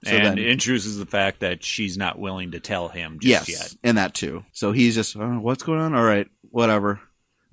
B: So
A: and
B: then-
A: it introduces the fact that she's not willing to tell him
B: yes,
A: just yet.
B: and that too. So he's just, oh, what's going on? All right, whatever,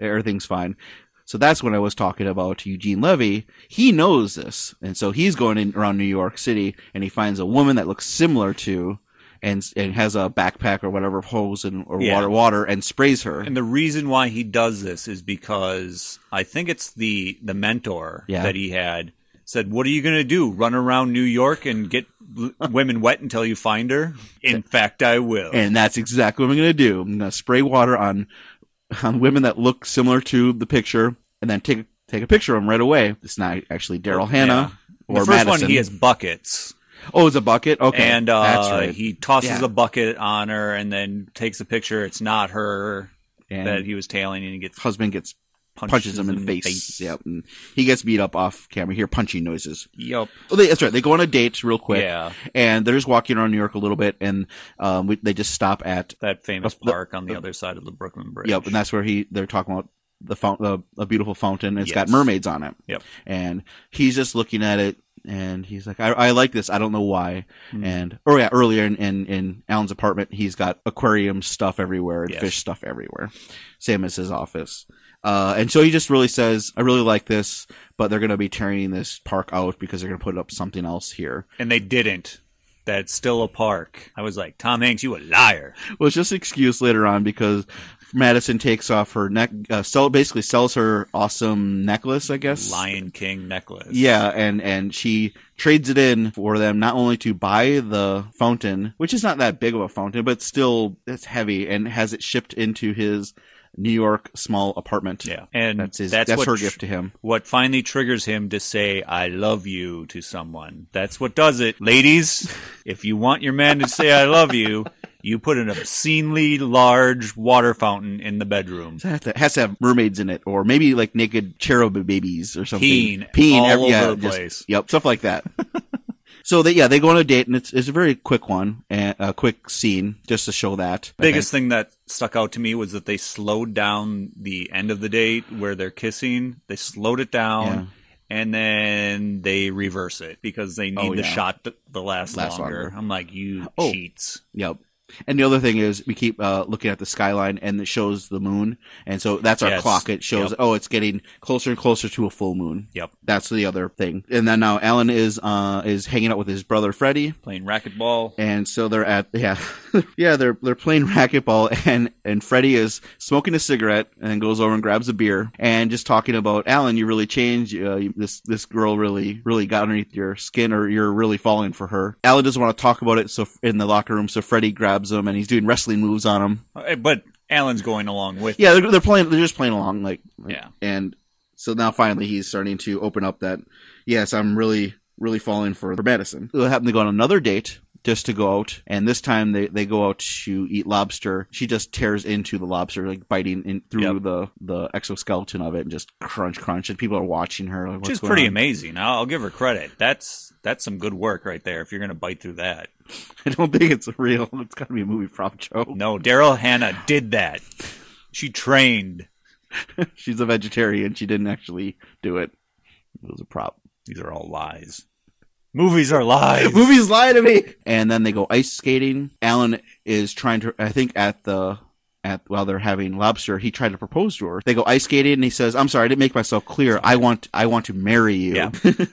B: E-, everything's fine. So that's when I was talking about Eugene Levy. He knows this, and so he's going in, around New York City, and he finds a woman that looks similar to, and and has a backpack or whatever hose and or
A: Yeah.
B: water water and sprays her.
A: And the reason why he does this is because I think it's the the mentor
B: Yeah.
A: that he had said, "What are you going to do? Run around New York and get l- women wet until you find her?" In fact, I will.
B: And that's exactly what I'm going to do. I'm going to spray water on on women that look similar to the picture, and then take take a picture of them right away. It's not actually Daryl Hannah
A: the
B: or
A: first
B: Madison.
A: one, he has buckets,
B: oh, it's a bucket. Okay,
A: and uh,
B: that's right.
A: he tosses
B: Yeah.
A: a bucket on her, and then takes a picture. It's not her
B: and
A: that he was tailing, and he gets
B: husband gets
A: punches,
B: punches him in the face. Yep, and he gets beat up off camera. Hear punching noises.
A: Yep.
B: Oh, they, that's right. They go on a date real quick,
A: Yeah.
B: and they're just walking around New York a little bit, and um, we, they just stop at
A: That famous
B: The- the-
A: park on the
B: the-
A: other side of the Brooklyn Bridge.
B: Yep, and that's where he they're talking about the fount, the a beautiful fountain. It's got
A: Yes.
B: mermaids on it.
A: Yep.
B: and he's just looking at it, and he's like, "I, I like this. I don't know why."
A: Hmm.
B: And oh yeah, earlier in, in in Alan's apartment, he's got aquarium stuff everywhere and
A: Yes.
B: fish stuff everywhere, same as his office. Uh, and so he just really says, "I really like this, but they're going to be tearing this park out because they're going to put up something else here."
A: and they didn't. That's still a park. I was like, Tom Hanks, you a liar.
B: was just an excuse later on because Madison takes off her neck, uh, sell, basically sells her awesome necklace, I guess.
A: Lion King necklace.
B: Yeah, and and she trades it in for them not only to buy the fountain, which is not that big of a fountain, but still it's heavy, and has it shipped into his New York small apartment.
A: Yeah. And that's,
B: that's his. That's,
A: what
B: her
A: tr-
B: gift to him.
A: What finally triggers him to say, I love you to someone. That's what does it. Ladies, if you want your man to say, I love you, you put an obscenely large water fountain in the bedroom.
B: It has to, has to have mermaids in it, or maybe like naked cherub babies or something.
A: Peen.
B: peen,
A: all
B: every-
A: over
B: yeah,
A: the
B: just-
A: place.
B: Yep, stuff like that. so they, yeah, they go on a date, and it's, it's a very quick one, and a quick scene just to show that I
A: Biggest thing that stuck out to me was that they slowed down the end of the date where they're kissing. They slowed it down,
B: Yeah.
A: and then they reverse it because they need
B: Oh,
A: the
B: yeah.
A: shot th- the last,
B: Last
A: longer.
B: longer.
A: I'm like, you
B: Oh.
A: cheats.
B: think. Yep. And the other thing is, we keep uh, looking at the skyline, and it shows the moon, and so that's our
A: Yes.
B: clock. It shows,
A: Yep.
B: oh, it's getting closer and closer to a full moon.
A: Yep,
B: That's the other thing. And then now Alan is uh, is hanging out with his brother Freddie,
A: playing racquetball.
B: and so they're at yeah yeah they're they're playing racquetball and and Freddie is smoking a cigarette and then goes over and grabs a beer and just talking about Alan you really changed uh, you, this this girl really really got underneath your skin or you're really falling for her Alan doesn't want to talk about it so in the locker room so Freddie grabs him and he's doing wrestling moves on him
A: Uh, But Alan's going along with.
B: yeah they're, they're playing they're just playing along like
A: Yeah.
B: and so now finally he's starting to open up that yes i'm really really falling for madison they happen to go on another date just to go out and this time they, they go out to eat lobster she just tears into the lobster like biting in through
A: Yep.
B: the the exoskeleton of it and just crunch crunch and people are watching her like,
A: Which
B: What's
A: is
B: going
A: pretty
B: on?
A: amazing. I'll, I'll give her credit. That's that's some good work right there. If you're gonna bite through that,
B: i don't think it's real it's got to be a movie prop joke
A: no, Daryl Hannah did that. She trained.
B: she's a vegetarian she didn't actually do it it was a prop
A: These are all lies. Movies are lies.
B: Movies lie to me. And then they go ice skating. Alan is trying to. I think at the at while they're having lobster, he tried to propose to her. They go ice skating, and he says, "I'm sorry, I didn't make myself clear. I want I want to marry you."
A: Yeah.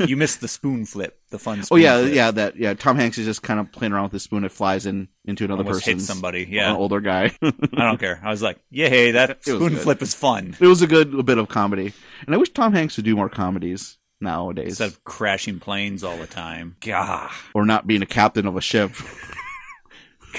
A: you missed the spoon flip, the fun
B: Oh
A: spoon
B: yeah,
A: flip.
B: yeah. That yeah. Tom Hanks is just kind of playing around with the spoon. It flies in into another
A: Almost hit
B: person's
A: somebody.
B: an
A: Yeah.
B: older guy.
A: I don't care. I was like, yay, that
B: It was
A: spoon
B: good.
A: flip is fun.
B: it was a good bit of comedy, and I wish Tom Hanks would do more comedies nowadays,
A: Instead of crashing planes all the time. Gah.
B: or not being a captain of a ship.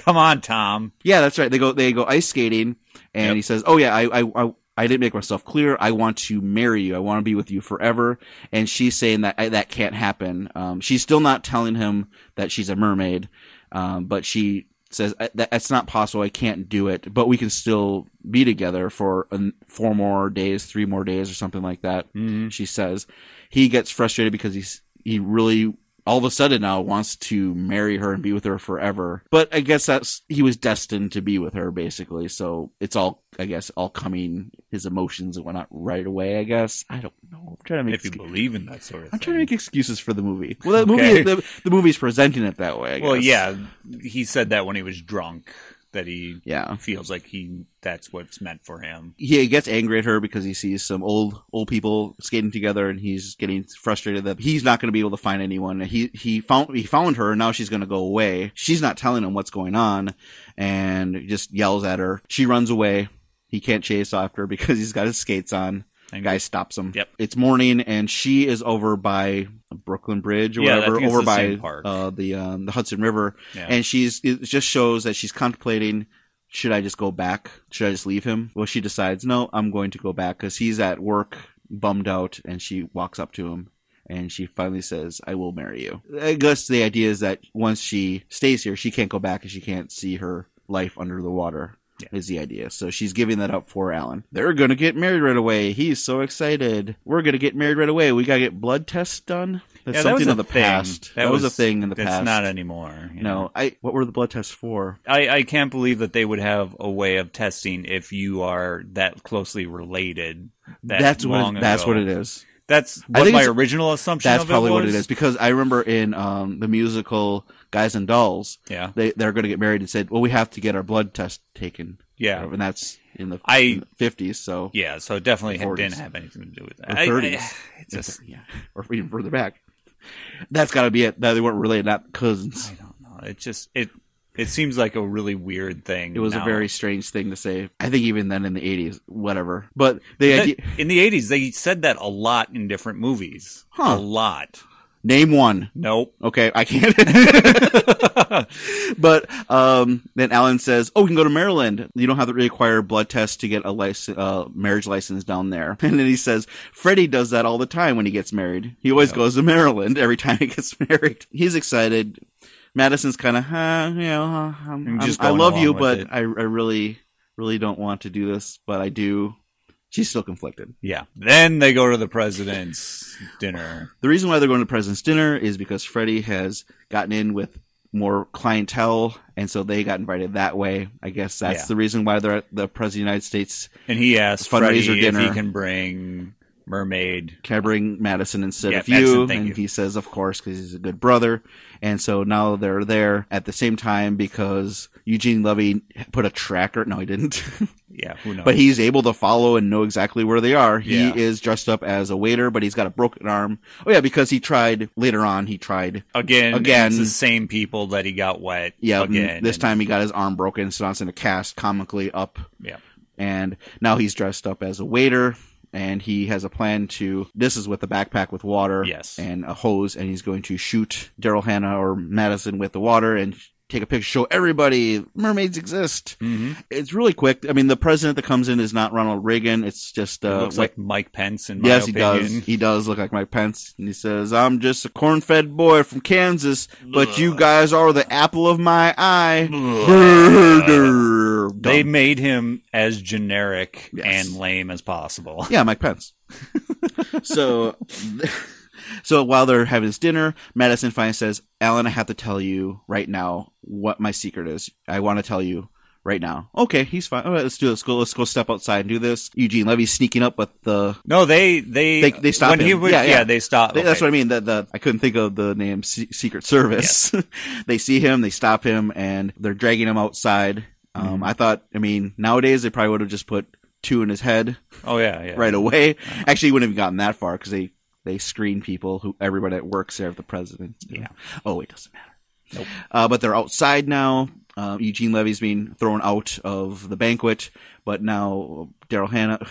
A: Come on, Tom.
B: Yeah, that's right. They go they go ice skating, and
A: Yep.
B: he says, "Oh yeah, I, I I I didn't make myself clear. I want to marry you. I want to be with you forever." And she's saying that I, that can't happen. Um, she's still not telling him that she's a mermaid, um, but she says "I- that that's not possible. I can't do it. But we can still be together for an, four more days, three more days, or something like that.
A: Mhm.
B: She says he gets frustrated because he's he really all of a sudden now wants to marry her and be with her forever. But I guess that's he was destined to be with her basically. So it's all I guess all coming his emotions and whatnot right away. I guess I don't know. I'm trying to make
A: If you
B: excu-
A: believe in that sort of
B: I'm
A: thing.
B: trying to make excuses for the movie. Well, the
A: Okay.
B: movie the, the movie's presenting it that way. I
A: well,
B: guess.
A: yeah, he said that when he was drunk. that he
B: Yeah.
A: feels like he that's what's meant for him.
B: He gets angry at her because he sees some old old people skating together, and he's getting frustrated that he's not going to be able to find anyone. He he found he found her, and now she's going to go away. She's not telling him what's going on, and just yells at her. She runs away. He can't chase after her because he's got his skates on.
A: And
B: guy stops him.
A: Yep.
B: It's morning, and she is over by Brooklyn Bridge or
A: Yeah, I
B: whatever,
A: think it's
B: over
A: the
B: by
A: same park.
B: uh, the um, the Hudson River,
A: Yeah.
B: and she's it just shows that she's contemplating. Should I just go back? Should I just leave him? Well, she decides, no, I'm going to go back because he's at work, bummed out, and she walks up to him and she finally says, I will marry you. I guess the idea is that once she stays here, she can't go back and she can't see her life under the water.
A: Yeah.
B: Is the idea. So she's giving that up for Alan. They're going to get married right away. He's so excited. We're going to get married right away. We got to get blood tests done. That's
A: Yeah, that was
B: something
A: a
B: of the
A: thing.
B: past. That, was, a thing in the
A: that's
B: past.
A: not anymore. you know?
B: no, I. What were the blood tests for?
A: I, I can't believe that they would have a way of testing if you are that closely related. That
B: that's
A: long
B: what. It, that's
A: ago.
B: what it is.
A: That's
B: I
A: what
B: think
A: my
B: it's-
A: original assumption.
B: That's
A: of
B: probably
A: it was.
B: what it is because I remember in um, the musical Guys and Dolls,
A: Yeah,
B: they they're going to get married and said, "Well, we have to get our blood test taken."
A: yeah,
B: and that's in the
A: I-
B: in the 50s. So
A: yeah. So it definitely
B: The 40s.
A: didn't have anything to do with that.
B: Or
A: I- I-
B: 30s.
A: it's just
B: yeah, or even further back. That's got to be it. That they weren't related, not cousins.
A: I don't know. It just it it seems like a really weird thing.
B: It was a
A: now.
B: very strange thing to say. I think even then in the 80s, whatever. But the
A: That-
B: idea,
A: in the eighties they said that a lot in different movies.
B: Huh.
A: A lot.
B: name one.
A: Nope.
B: Okay, I can't. but um, then Alan says, "Oh, we can go to Maryland. You don't have to require a blood test to get a license, uh, marriage license down there." And then he says, "Freddie does that all the time when he gets married. He always
A: Yeah.
B: goes to Maryland every time he gets married. He's excited. Madison's kind of, huh, you know, huh, I'm,
A: I'm just
B: I'm- I
A: going
B: love
A: along
B: you,
A: with
B: but
A: it."
B: I, I really, really don't want to do this, but I do." She's still conflicted.
A: Yeah. Then they go to the president's dinner.
B: The reason why they're going to President's Dinner is because Freddie has gotten in with more clientele, and so they got invited that way. I guess that's
A: Yeah.
B: the reason why they're at the President of the United States
A: And he asked
B: Fundraiser
A: Freddie if
B: dinner.
A: he can bring mermaid.
B: can I bring Madison instead
A: Yeah,
B: of you?
A: Madison, thank
B: and
A: you.
B: he says, of course, because he's a good brother. And so now they're there at the same time because Eugene Levy put a tracker. No, he didn't.
A: Yeah, who knows?
B: but he's able to follow and know exactly where they are. He
A: Yeah.
B: is dressed up as a waiter, but he's got a broken arm. Oh, yeah, because he tried later on, he tried
A: again,
B: again-
A: it's the same people that he got wet.
B: Yeah, m-
A: again.
B: this
A: and-
B: time he got his arm broken, so now it's in a cast comically up.
A: Yeah.
B: And now he's dressed up as a waiter, and he has a plan to. This is with a backpack with water
A: Yes.
B: and a hose, and he's going to shoot Daryl Hannah or Madison with the water and take a picture, show everybody mermaids exist.
A: Mhm.
B: It's really quick. I mean, the president that comes in is not Ronald Reagan. It's just
A: He
B: uh,
A: looks like Mike Pence in my
B: Yes,
A: opinion.
B: he does. He does look like Mike Pence, and he says, "I'm just a corn-fed boy from Kansas, but you guys are the apple of my eye." Murder.
A: They
B: Done.
A: made him as generic
B: Yes.
A: and lame as possible.
B: yeah, Mike Pence. so, so while they're having this dinner, Madison finally says, "Alan, I have to tell you right now what my secret is. I want to tell you." Right now, okay, he's fine. All right, let's do this. Go, let's go step outside and do this. Eugene Levy's sneaking up with the
A: No, they they
B: They- they stopped
A: when he
B: him.
A: would,
B: Yeah,
A: yeah,
B: yeah.
A: they stopped.
B: They- That's
A: okay.
B: what I mean. The, the I couldn't think of the name Se- Secret Service. they see him, they stop him, and they're dragging him outside. Um, I thought, I mean, nowadays they probably would have just put two in his head
A: Oh yeah, yeah.
B: right away. Actually, he wouldn't have gotten that far because they they screen people who everybody that works there at the president.
A: Yeah.
B: Oh, it doesn't matter.
A: Nope.
B: Uh, but they're outside now. Uh, Eugene Levy's being thrown out of the banquet, but now Daryl Hannah,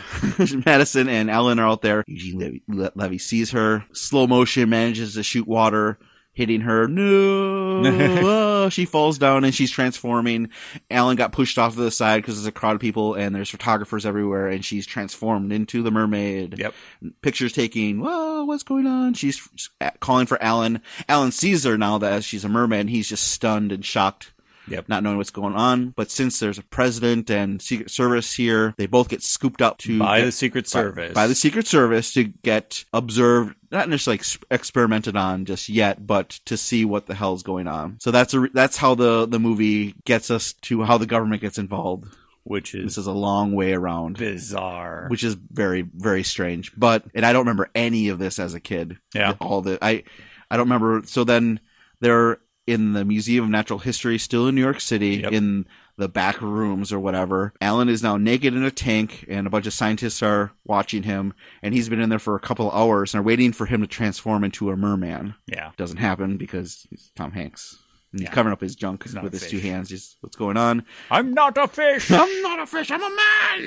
B: Madison, and Ellen are out there. Eugene Levy, Le- Levy sees her. Slow motion manages to shoot water, hitting her. No, Oh, she falls down and she's transforming. Alan got pushed off to the side because there's a crowd of people and there's photographers everywhere, and she's transformed into the mermaid.
A: Yep.
B: Pictures taking. Whoa, what's going on? She's f- calling for Alan. Alan sees her now that she's a mermaid. And he's just stunned and shocked,
A: Yep.
B: not knowing what's going on. But since there's a president and Secret Service here, they both get scooped up to
A: By
B: get-
A: the Secret Service.
B: by, by the Secret Service to get observed, not necessarily ex- experimented on just yet, but to see what the hell's going on. So that's a re- that's how the the movie gets us to how the government gets involved.
A: which
B: This
A: is
B: is a long way around.
A: bizarre.
B: Which is very, very strange. But, and I don't remember any of this as a kid
A: yeah.
B: all the I I don't remember. So then they're in the Museum of Natural History, still in New York City,
A: Yep.
B: in the back rooms or whatever. Alan is now naked in a tank, and a bunch of scientists are watching him. And he's been in there for a couple hours and are waiting for him to transform into a merman.
A: Yeah.
B: Doesn't happen because he's Tom Hanks. And He's
A: Yeah.
B: covering up his junk
A: not
B: with
A: a
B: his two
A: fish.
B: hands. He's, what's going on?
A: I'm not a fish.
B: I'm not a fish. I'm a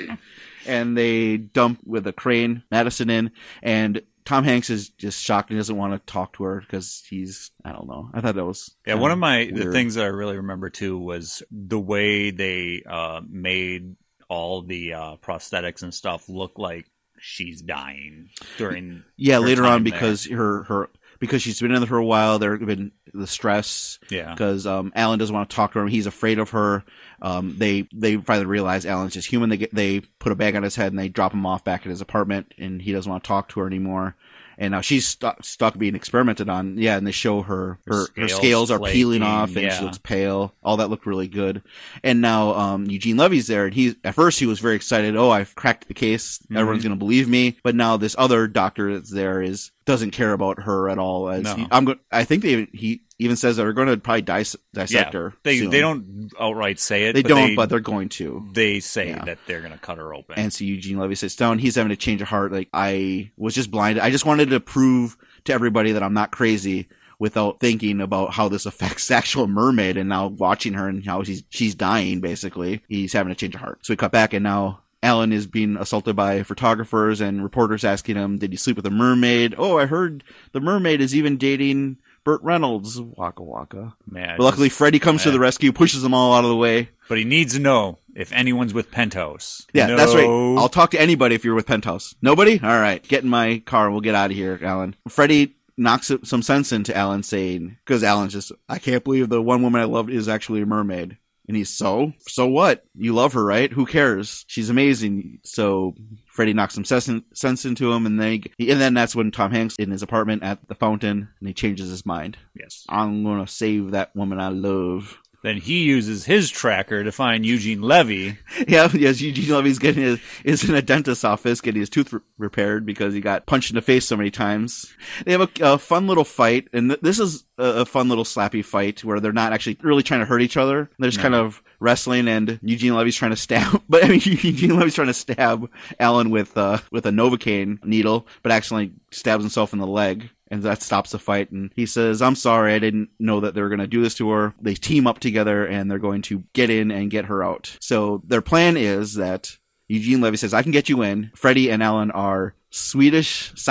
B: man. And they dump with a crane Madison in, and Tom Hanks is just shocked and doesn't want to talk to her because he's I don't know. I thought that was
A: Yeah,
B: kinda
A: one of my the
B: weird.
A: things that I really remember too was the way they uh, made all the uh, prosthetics and stuff look like she's dying during.
B: Yeah,
A: her
B: later on
A: time
B: because her her because she's been in there for a while. There have been the stress
A: Yeah,
B: because um, Alan doesn't want to talk to her. He's afraid of her. Um, they they finally realize Alan's just human. They get, they put a bag on his head and they drop him off back at his apartment, and he doesn't want to talk to her anymore. And now she's stuck stuck being experimented on. Yeah, and they show her her, her,
A: Her
B: scales,
A: scales
B: are peeling
A: flaking,
B: off, and
A: yeah.
B: she looks pale. All that looked really good. And now um, Eugene Levy's there, and he at first he was very excited. Oh, I've cracked the case.
A: Mm-hmm.
B: Everyone's going to believe me. But now this other doctor that's there is doesn't care about her at all. As
A: No.
B: he- I'm going. I think they even, he even says they're going to probably dis- dissect
A: yeah.
B: her.
A: They
B: soon.
A: they don't outright say it.
B: They
A: but
B: don't,
A: They,
B: but they're going to.
A: they say
B: Yeah.
A: that they're gonna cut her open.
B: And so Eugene Levy sits down. He's having a change of heart. Like I was just blinded. I just wanted to prove to everybody that I'm not crazy without thinking about how this affects the actual mermaid. And now watching her and how she's she's dying. Basically, he's having a change of heart. So we cut back, and now Alan is being assaulted by photographers and reporters asking him, "Did you sleep with a mermaid?" Oh, I heard the mermaid is even dating Burt Reynolds. Waka waka.
A: Man,
B: But luckily, Freddy comes to
A: Yeah.
B: the rescue, pushes them all out of the way.
A: but he needs to know if anyone's with Pentos.
B: Yeah, that's right.
A: No.
B: I'll talk to anybody if you're with Penthouse. Nobody? All right. Get in my car and we'll get out of here, Alan. Freddy knocks some sense into Alan, saying, because Alan's just, I can't believe the one woman I loved is actually a mermaid. And he's, so? So what? You love her, right? Who cares? She's amazing. So Freddy knocks some sense, sense into him, and they, and then that's when Tom Hanks in his apartment at the fountain, and he changes his mind.
A: yes.
B: I'm gonna save that woman I love.
A: Then he uses his tracker to find Eugene Levy.
B: Yeah, yes, Eugene Levy's getting his is in a dentist's office getting his tooth re- repaired because he got punched in the face so many times. They have a, a fun little fight, and th- this is a, a fun little slappy fight where they're not actually really trying to hurt each other. They're just kind of wrestling, and Eugene Levy's trying to stab. But I mean, Eugene Levy's trying to stab Alan with uh, with a novocaine needle, but accidentally stabs himself in the leg. And that stops the fight. And he says, I'm sorry, I didn't know that they were going to do this to her. They team up together and they're going to get in and get her out. So their plan is that Eugene Levy says, I can get you in. Freddie and Alan are Swedish scientists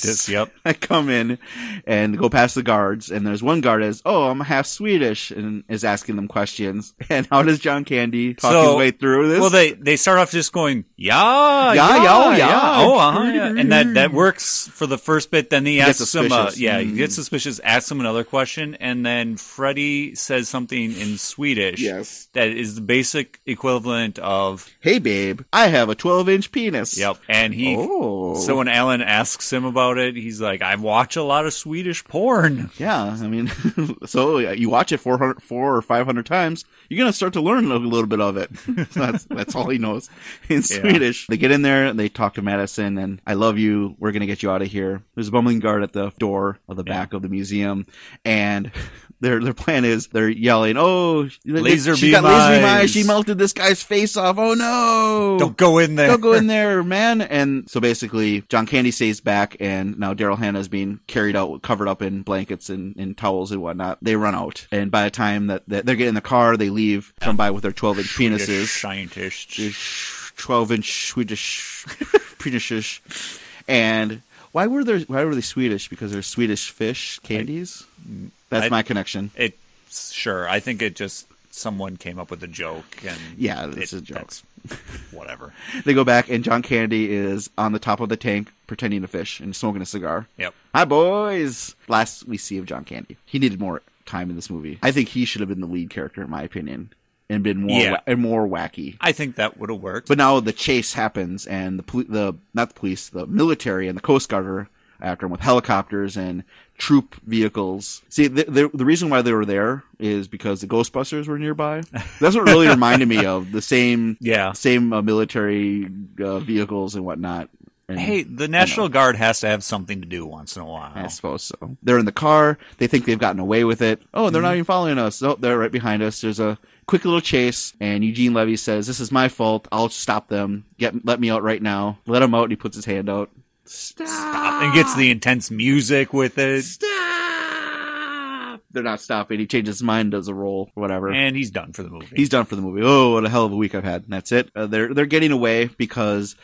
A: Scientist, yep.
B: that come in and go past the guards. And there's one guard is, Oh, I'm half Swedish and is asking them questions. And how does John Candy talk
A: So-
B: his way through this?
A: Well, they they start off just going yeah,
B: Yeah,
A: yeah,
B: yeah,
A: yeah,
B: yeah.
A: oh, uh-huh, yeah. and that that works for the first bit. Then he,
B: gets
A: asks him, uh,
B: suspicious.
A: yeah,
B: Mm.
A: he gets suspicious, asks him another question, and then Freddy says something in Swedish
B: yes.
A: that is the basic equivalent of
B: Hey, babe, I have a 12 inch penis.
A: yep. And he,
B: Oh.
A: so when Alan asks him about it, he's like, I watch a lot of Swedish porn.
B: Yeah, I mean, so you watch it 400, four or five hundred times, you're gonna start to learn a little bit of it. So that's that's all he knows in Swedish. They get in there, they talk to Madison, and I love you. We're gonna get you out of here. There's a bumbling guard at the door of the back of the museum, and their their plan is they're yelling, "Oh,
A: Laser
B: she got
A: beam
B: laser beam eyes.
A: eyes.
B: She melted this guy's face off. Oh no!
A: Don't go in there.
B: Don't go in there, man. And so basically, John Candy stays back, and now Daryl Hannah is being carried out, covered up in blankets and, and towels and whatnot. They run out, and by the time that, that they're getting in the car, they leave. Come by with their twelve-inch
A: Swedish
B: penises,
A: scientist.
B: twelve-inch Swedish penises, and why were there? Why were they Swedish? Because they're Swedish fish candies. That's
A: I-
B: my connection.
A: It sure. I think it just someone came up with a joke and
B: Yeah, this
A: it-
B: is a joke.
A: that's- whatever.
B: They go back, and John Candy is on the top of the tank pretending to fish and smoking a cigar.
A: Yep.
B: Hi, boys. Last we see of John Candy, he needed more time in this movie. I think he should have been the lead character, in my opinion, and been more
A: Yeah.
B: wa- and more wacky.
A: I think that would have worked.
B: But now the chase happens, and the poli- the not the police, the military and the Coast Guard are after him with helicopters and troop vehicles. See, the, the the reason why they were there is because the Ghostbusters were nearby. That's what really reminded me of the same
A: yeah.
B: same uh, military uh, vehicles and whatnot. And
A: Hey, the National Guard has to have something to do once in a while.
B: I suppose so. They're in the car. They think they've gotten away with it. Oh, they're not even following us. Oh, they're right behind us. There's a quick little chase, and Eugene Levy says, "This is my fault. I'll stop them. Get let me out right now. Let him out." And he puts his hand out. Stop.
A: Uh, and gets the intense music with it,
B: Stop. They're not stopping. He changes his mind, does a roll, or whatever.
A: and he's done for the movie.
B: He's done for the movie. Oh, what a hell of a week I've had. And that's it. Uh, they're they're getting away because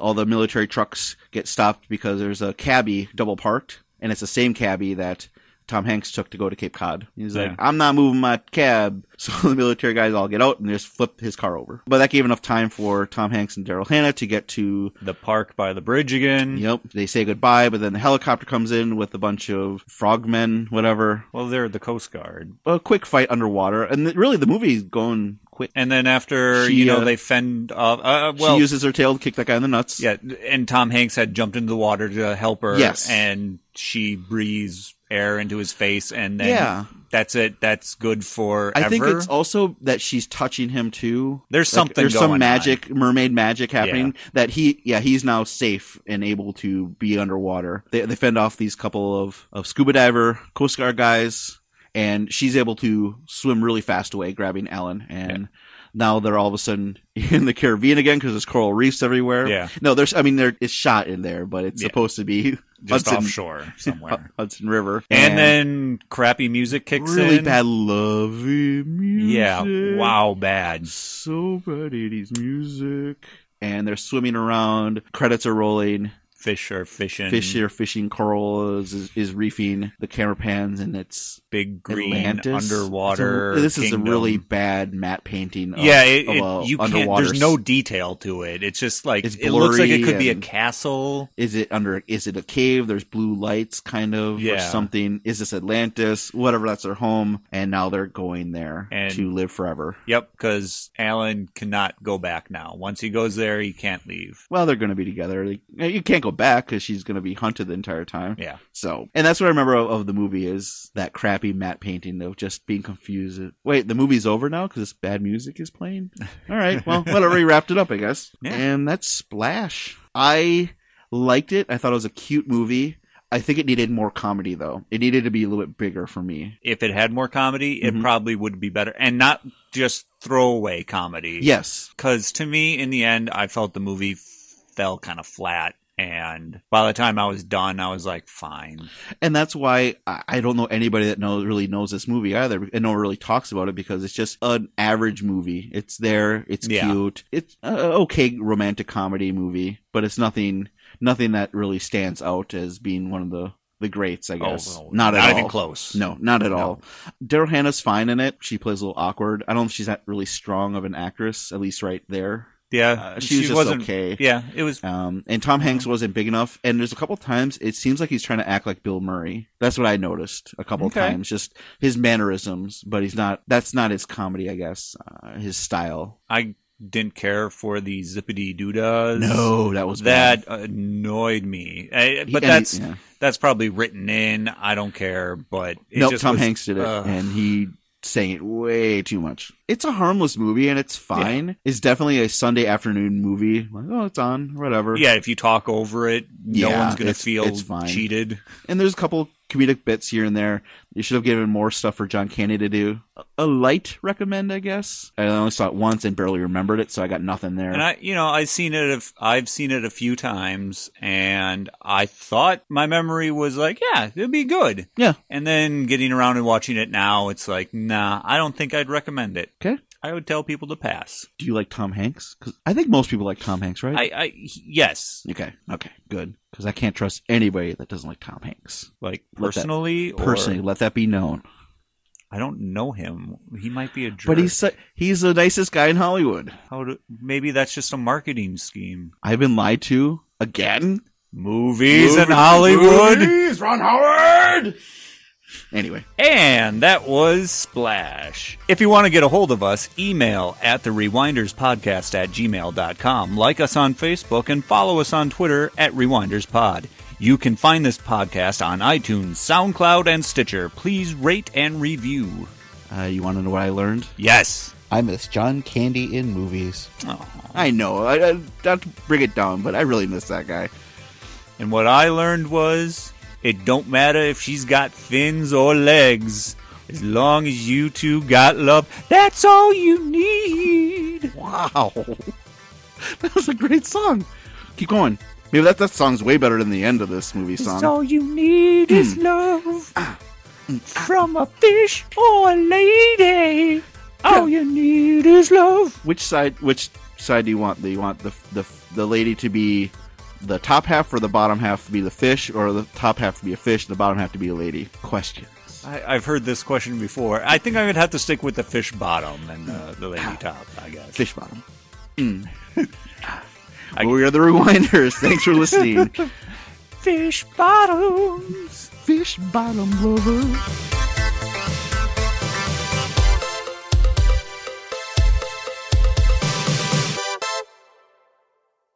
B: all the military trucks get stopped because there's a cabbie double parked, and it's the same cabbie that Tom Hanks took to go to Cape Cod. He's like,
A: Yeah.
B: I'm not moving my cab. So the military guys all get out and just flip his car over. But that gave enough time for Tom Hanks and Daryl Hannah to get to
A: the park by the bridge again.
B: Yep. They say goodbye, but then the helicopter comes in with a bunch of frogmen, whatever.
A: Well, they're the Coast Guard.
B: A quick fight underwater, and th- really the movie's going quick.
A: And then after,
B: She,
A: you know,
B: uh,
A: they fend off. Uh, well,
B: she uses her tail to kick that guy in the nuts.
A: yeah, and Tom Hanks had jumped into the water to help her.
B: Yes.
A: And she breathes air into his face, and then
B: Yeah.
A: that's it. That's good for
B: I think it's also that she's touching him too.
A: There's
B: Like,
A: something
B: There's some
A: going on.
B: magic, mermaid magic happening. That he, yeah, he's now safe and able to be underwater. They, they fend off these couple of of scuba diver Coast Guard guys, and she's able to swim really fast away, grabbing Alan. And now they're all of a sudden in the Caribbean again because there's coral reefs everywhere.
A: Yeah.
B: No, there's. I mean, there it's shot in there, but it's
A: Yeah.
B: supposed to be
A: just
B: Hudson,
A: offshore somewhere.
B: Hudson River,
A: and, then crappy music kicks
B: really
A: in.
B: bad love music.
A: Yeah. Wow, bad.
B: So bad 80s music. And they're swimming around. Credits are rolling.
A: Fish are fishing.
B: Fish are fishing. Coral is, is, is reefing. The camera pans, and it's
A: Big green
B: Atlantis.
A: underwater.
B: It's a- this is a
A: kingdom.
B: really bad matte painting. Of,
A: yeah, it,
B: of
A: it-
B: a
A: you can't.
B: underwater
A: There's no
B: s-
A: detail to it. It's just like
B: It's
A: it looks like it could be a
B: blurry and-
A: castle.
B: Is it under? Is it a cave? There's blue lights, kind of, or
A: Yeah.
B: something. Is this Atlantis? Whatever, that's their home, and now they're going there
A: And-
B: to live forever.
A: Yep, because Alan cannot go back now. Once he goes there, he can't leave.
B: Well, they're going to be together. Like, eh, you can't go back because she's going to be hunted the entire time.
A: Yeah,
B: So, and that's what I remember of, of the movie is that crappy matte painting of just being confused. Wait, the movie's over now because bad music is playing. All right, well, whatever. We wrapped it up, I guess.
A: Yeah.
B: And that's Splash. I liked it. I thought it was a cute movie. I think it needed more comedy though. It needed to be a little bit bigger for me.
A: if it had more comedy, it
B: Mhm.
A: probably would be better, and not just throwaway comedy.
B: Yes.
A: because to me, in the end, I felt the movie fell kind of flat. And by the time I was done, I was like, fine.
B: and that's why I I don't know anybody that knows really knows this movie either, and no one really talks about it because it's just an average movie. It's there, it's
A: Yeah.
B: cute, it's a a okay romantic comedy movie, but it's nothing nothing that really stands out as being one of the the greats. I guess
A: Oh, no,
B: not at
A: not
B: all.
A: even close.
B: No, not at
A: No.
B: all. Daryl Hannah's fine in it. She plays a little awkward. I don't know if she's that really strong of an actress, at least right there.
A: yeah,
B: Uh, she was just
A: wasn't.
B: okay.
A: Yeah, it was.
B: Um, and Tom Hanks
A: Uh-huh.
B: wasn't big enough. And there's a couple times it seems like he's trying to act like Bill Murray. That's what I noticed a couple
A: Okay.
B: times. Just his mannerisms, but he's not. That's not his comedy, I guess. Uh, his style.
A: I didn't care for the zippity doodas.
B: No, that was bad.
A: that annoyed me. I,
B: He-
A: but
B: and he-
A: that's
B: yeah.
A: that's probably written in. I don't care. But it
B: no.
A: just
B: Tom
A: was- uh,
B: Hanks did it,
A: ugh.
B: and he sang it way too much. It's a harmless movie, and it's fine. It's definitely a Sunday afternoon movie. Like, oh, it's on, whatever.
A: Yeah, if you talk over it, no
B: Yeah,
A: one's gonna
B: it's-
A: feel
B: it's fine.
A: cheated.
B: And there's a couple comedic bits here and there. You should have given more stuff for John Candy to do. A light recommend, I guess. I only saw it once and barely remembered it, so I got nothing there.
A: And I, you know, I've seen it. A, I've seen it a few times, and I thought my memory was like, yeah, it'd be good.
B: yeah.
A: And then getting around and watching it now, it's like, nah, I don't think I'd recommend it.
B: Okay.
A: I would tell people to pass.
B: Do you like Tom Hanks? 'Cause I think most people like Tom Hanks, right?
A: I, I, yes,
B: okay. Okay. Good. Because I can't trust anybody that doesn't like Tom Hanks.
A: like
B: Let that-
A: personally, or-
B: Personally, let that be known.
A: I don't know him. He might be a jerk.
B: But he's su- he's the nicest guy in Hollywood.
A: How do, maybe that's just a marketing scheme.
B: I've been lied to again.
A: Movies in
B: Movies-
A: Hollywood.
B: movies, Ron Howard. Anyway.
A: And that was Splash. If you want to get a hold of us, email at the rewinderspodcast at gmail.com, like us on Facebook, and follow us on Twitter at rewinderspod. You can find this podcast on iTunes, SoundCloud, and Stitcher. Please rate and review.
B: Uh, you want to know what I learned?
A: Yes.
C: I miss John Candy in movies.
B: I know. I, I not to bring it down, but I really miss that guy.
A: And what I learned was it don't matter if she's got fins or legs. As long as you two got love, that's all you need.
B: Wow. That was a great song. Keep going. Maybe that, that song's way better than the end of this movie
A: That's
B: song.
A: all you need is love from a fish or a lady. All you need is love.
B: Which side which side do you want? Do you want the the the lady to be the top half or the bottom half to be the fish or the top half to be a fish, the bottom half to be a lady? Questions.
A: I, I've heard this question before. I think I'm gonna have to stick with the fish bottom and uh, the lady top. I guess.
B: Fish bottom. Hmm.
A: I-
B: well, we are the rewinders. Thanks for listening.
A: Fish bottoms.
B: fish bottom lover.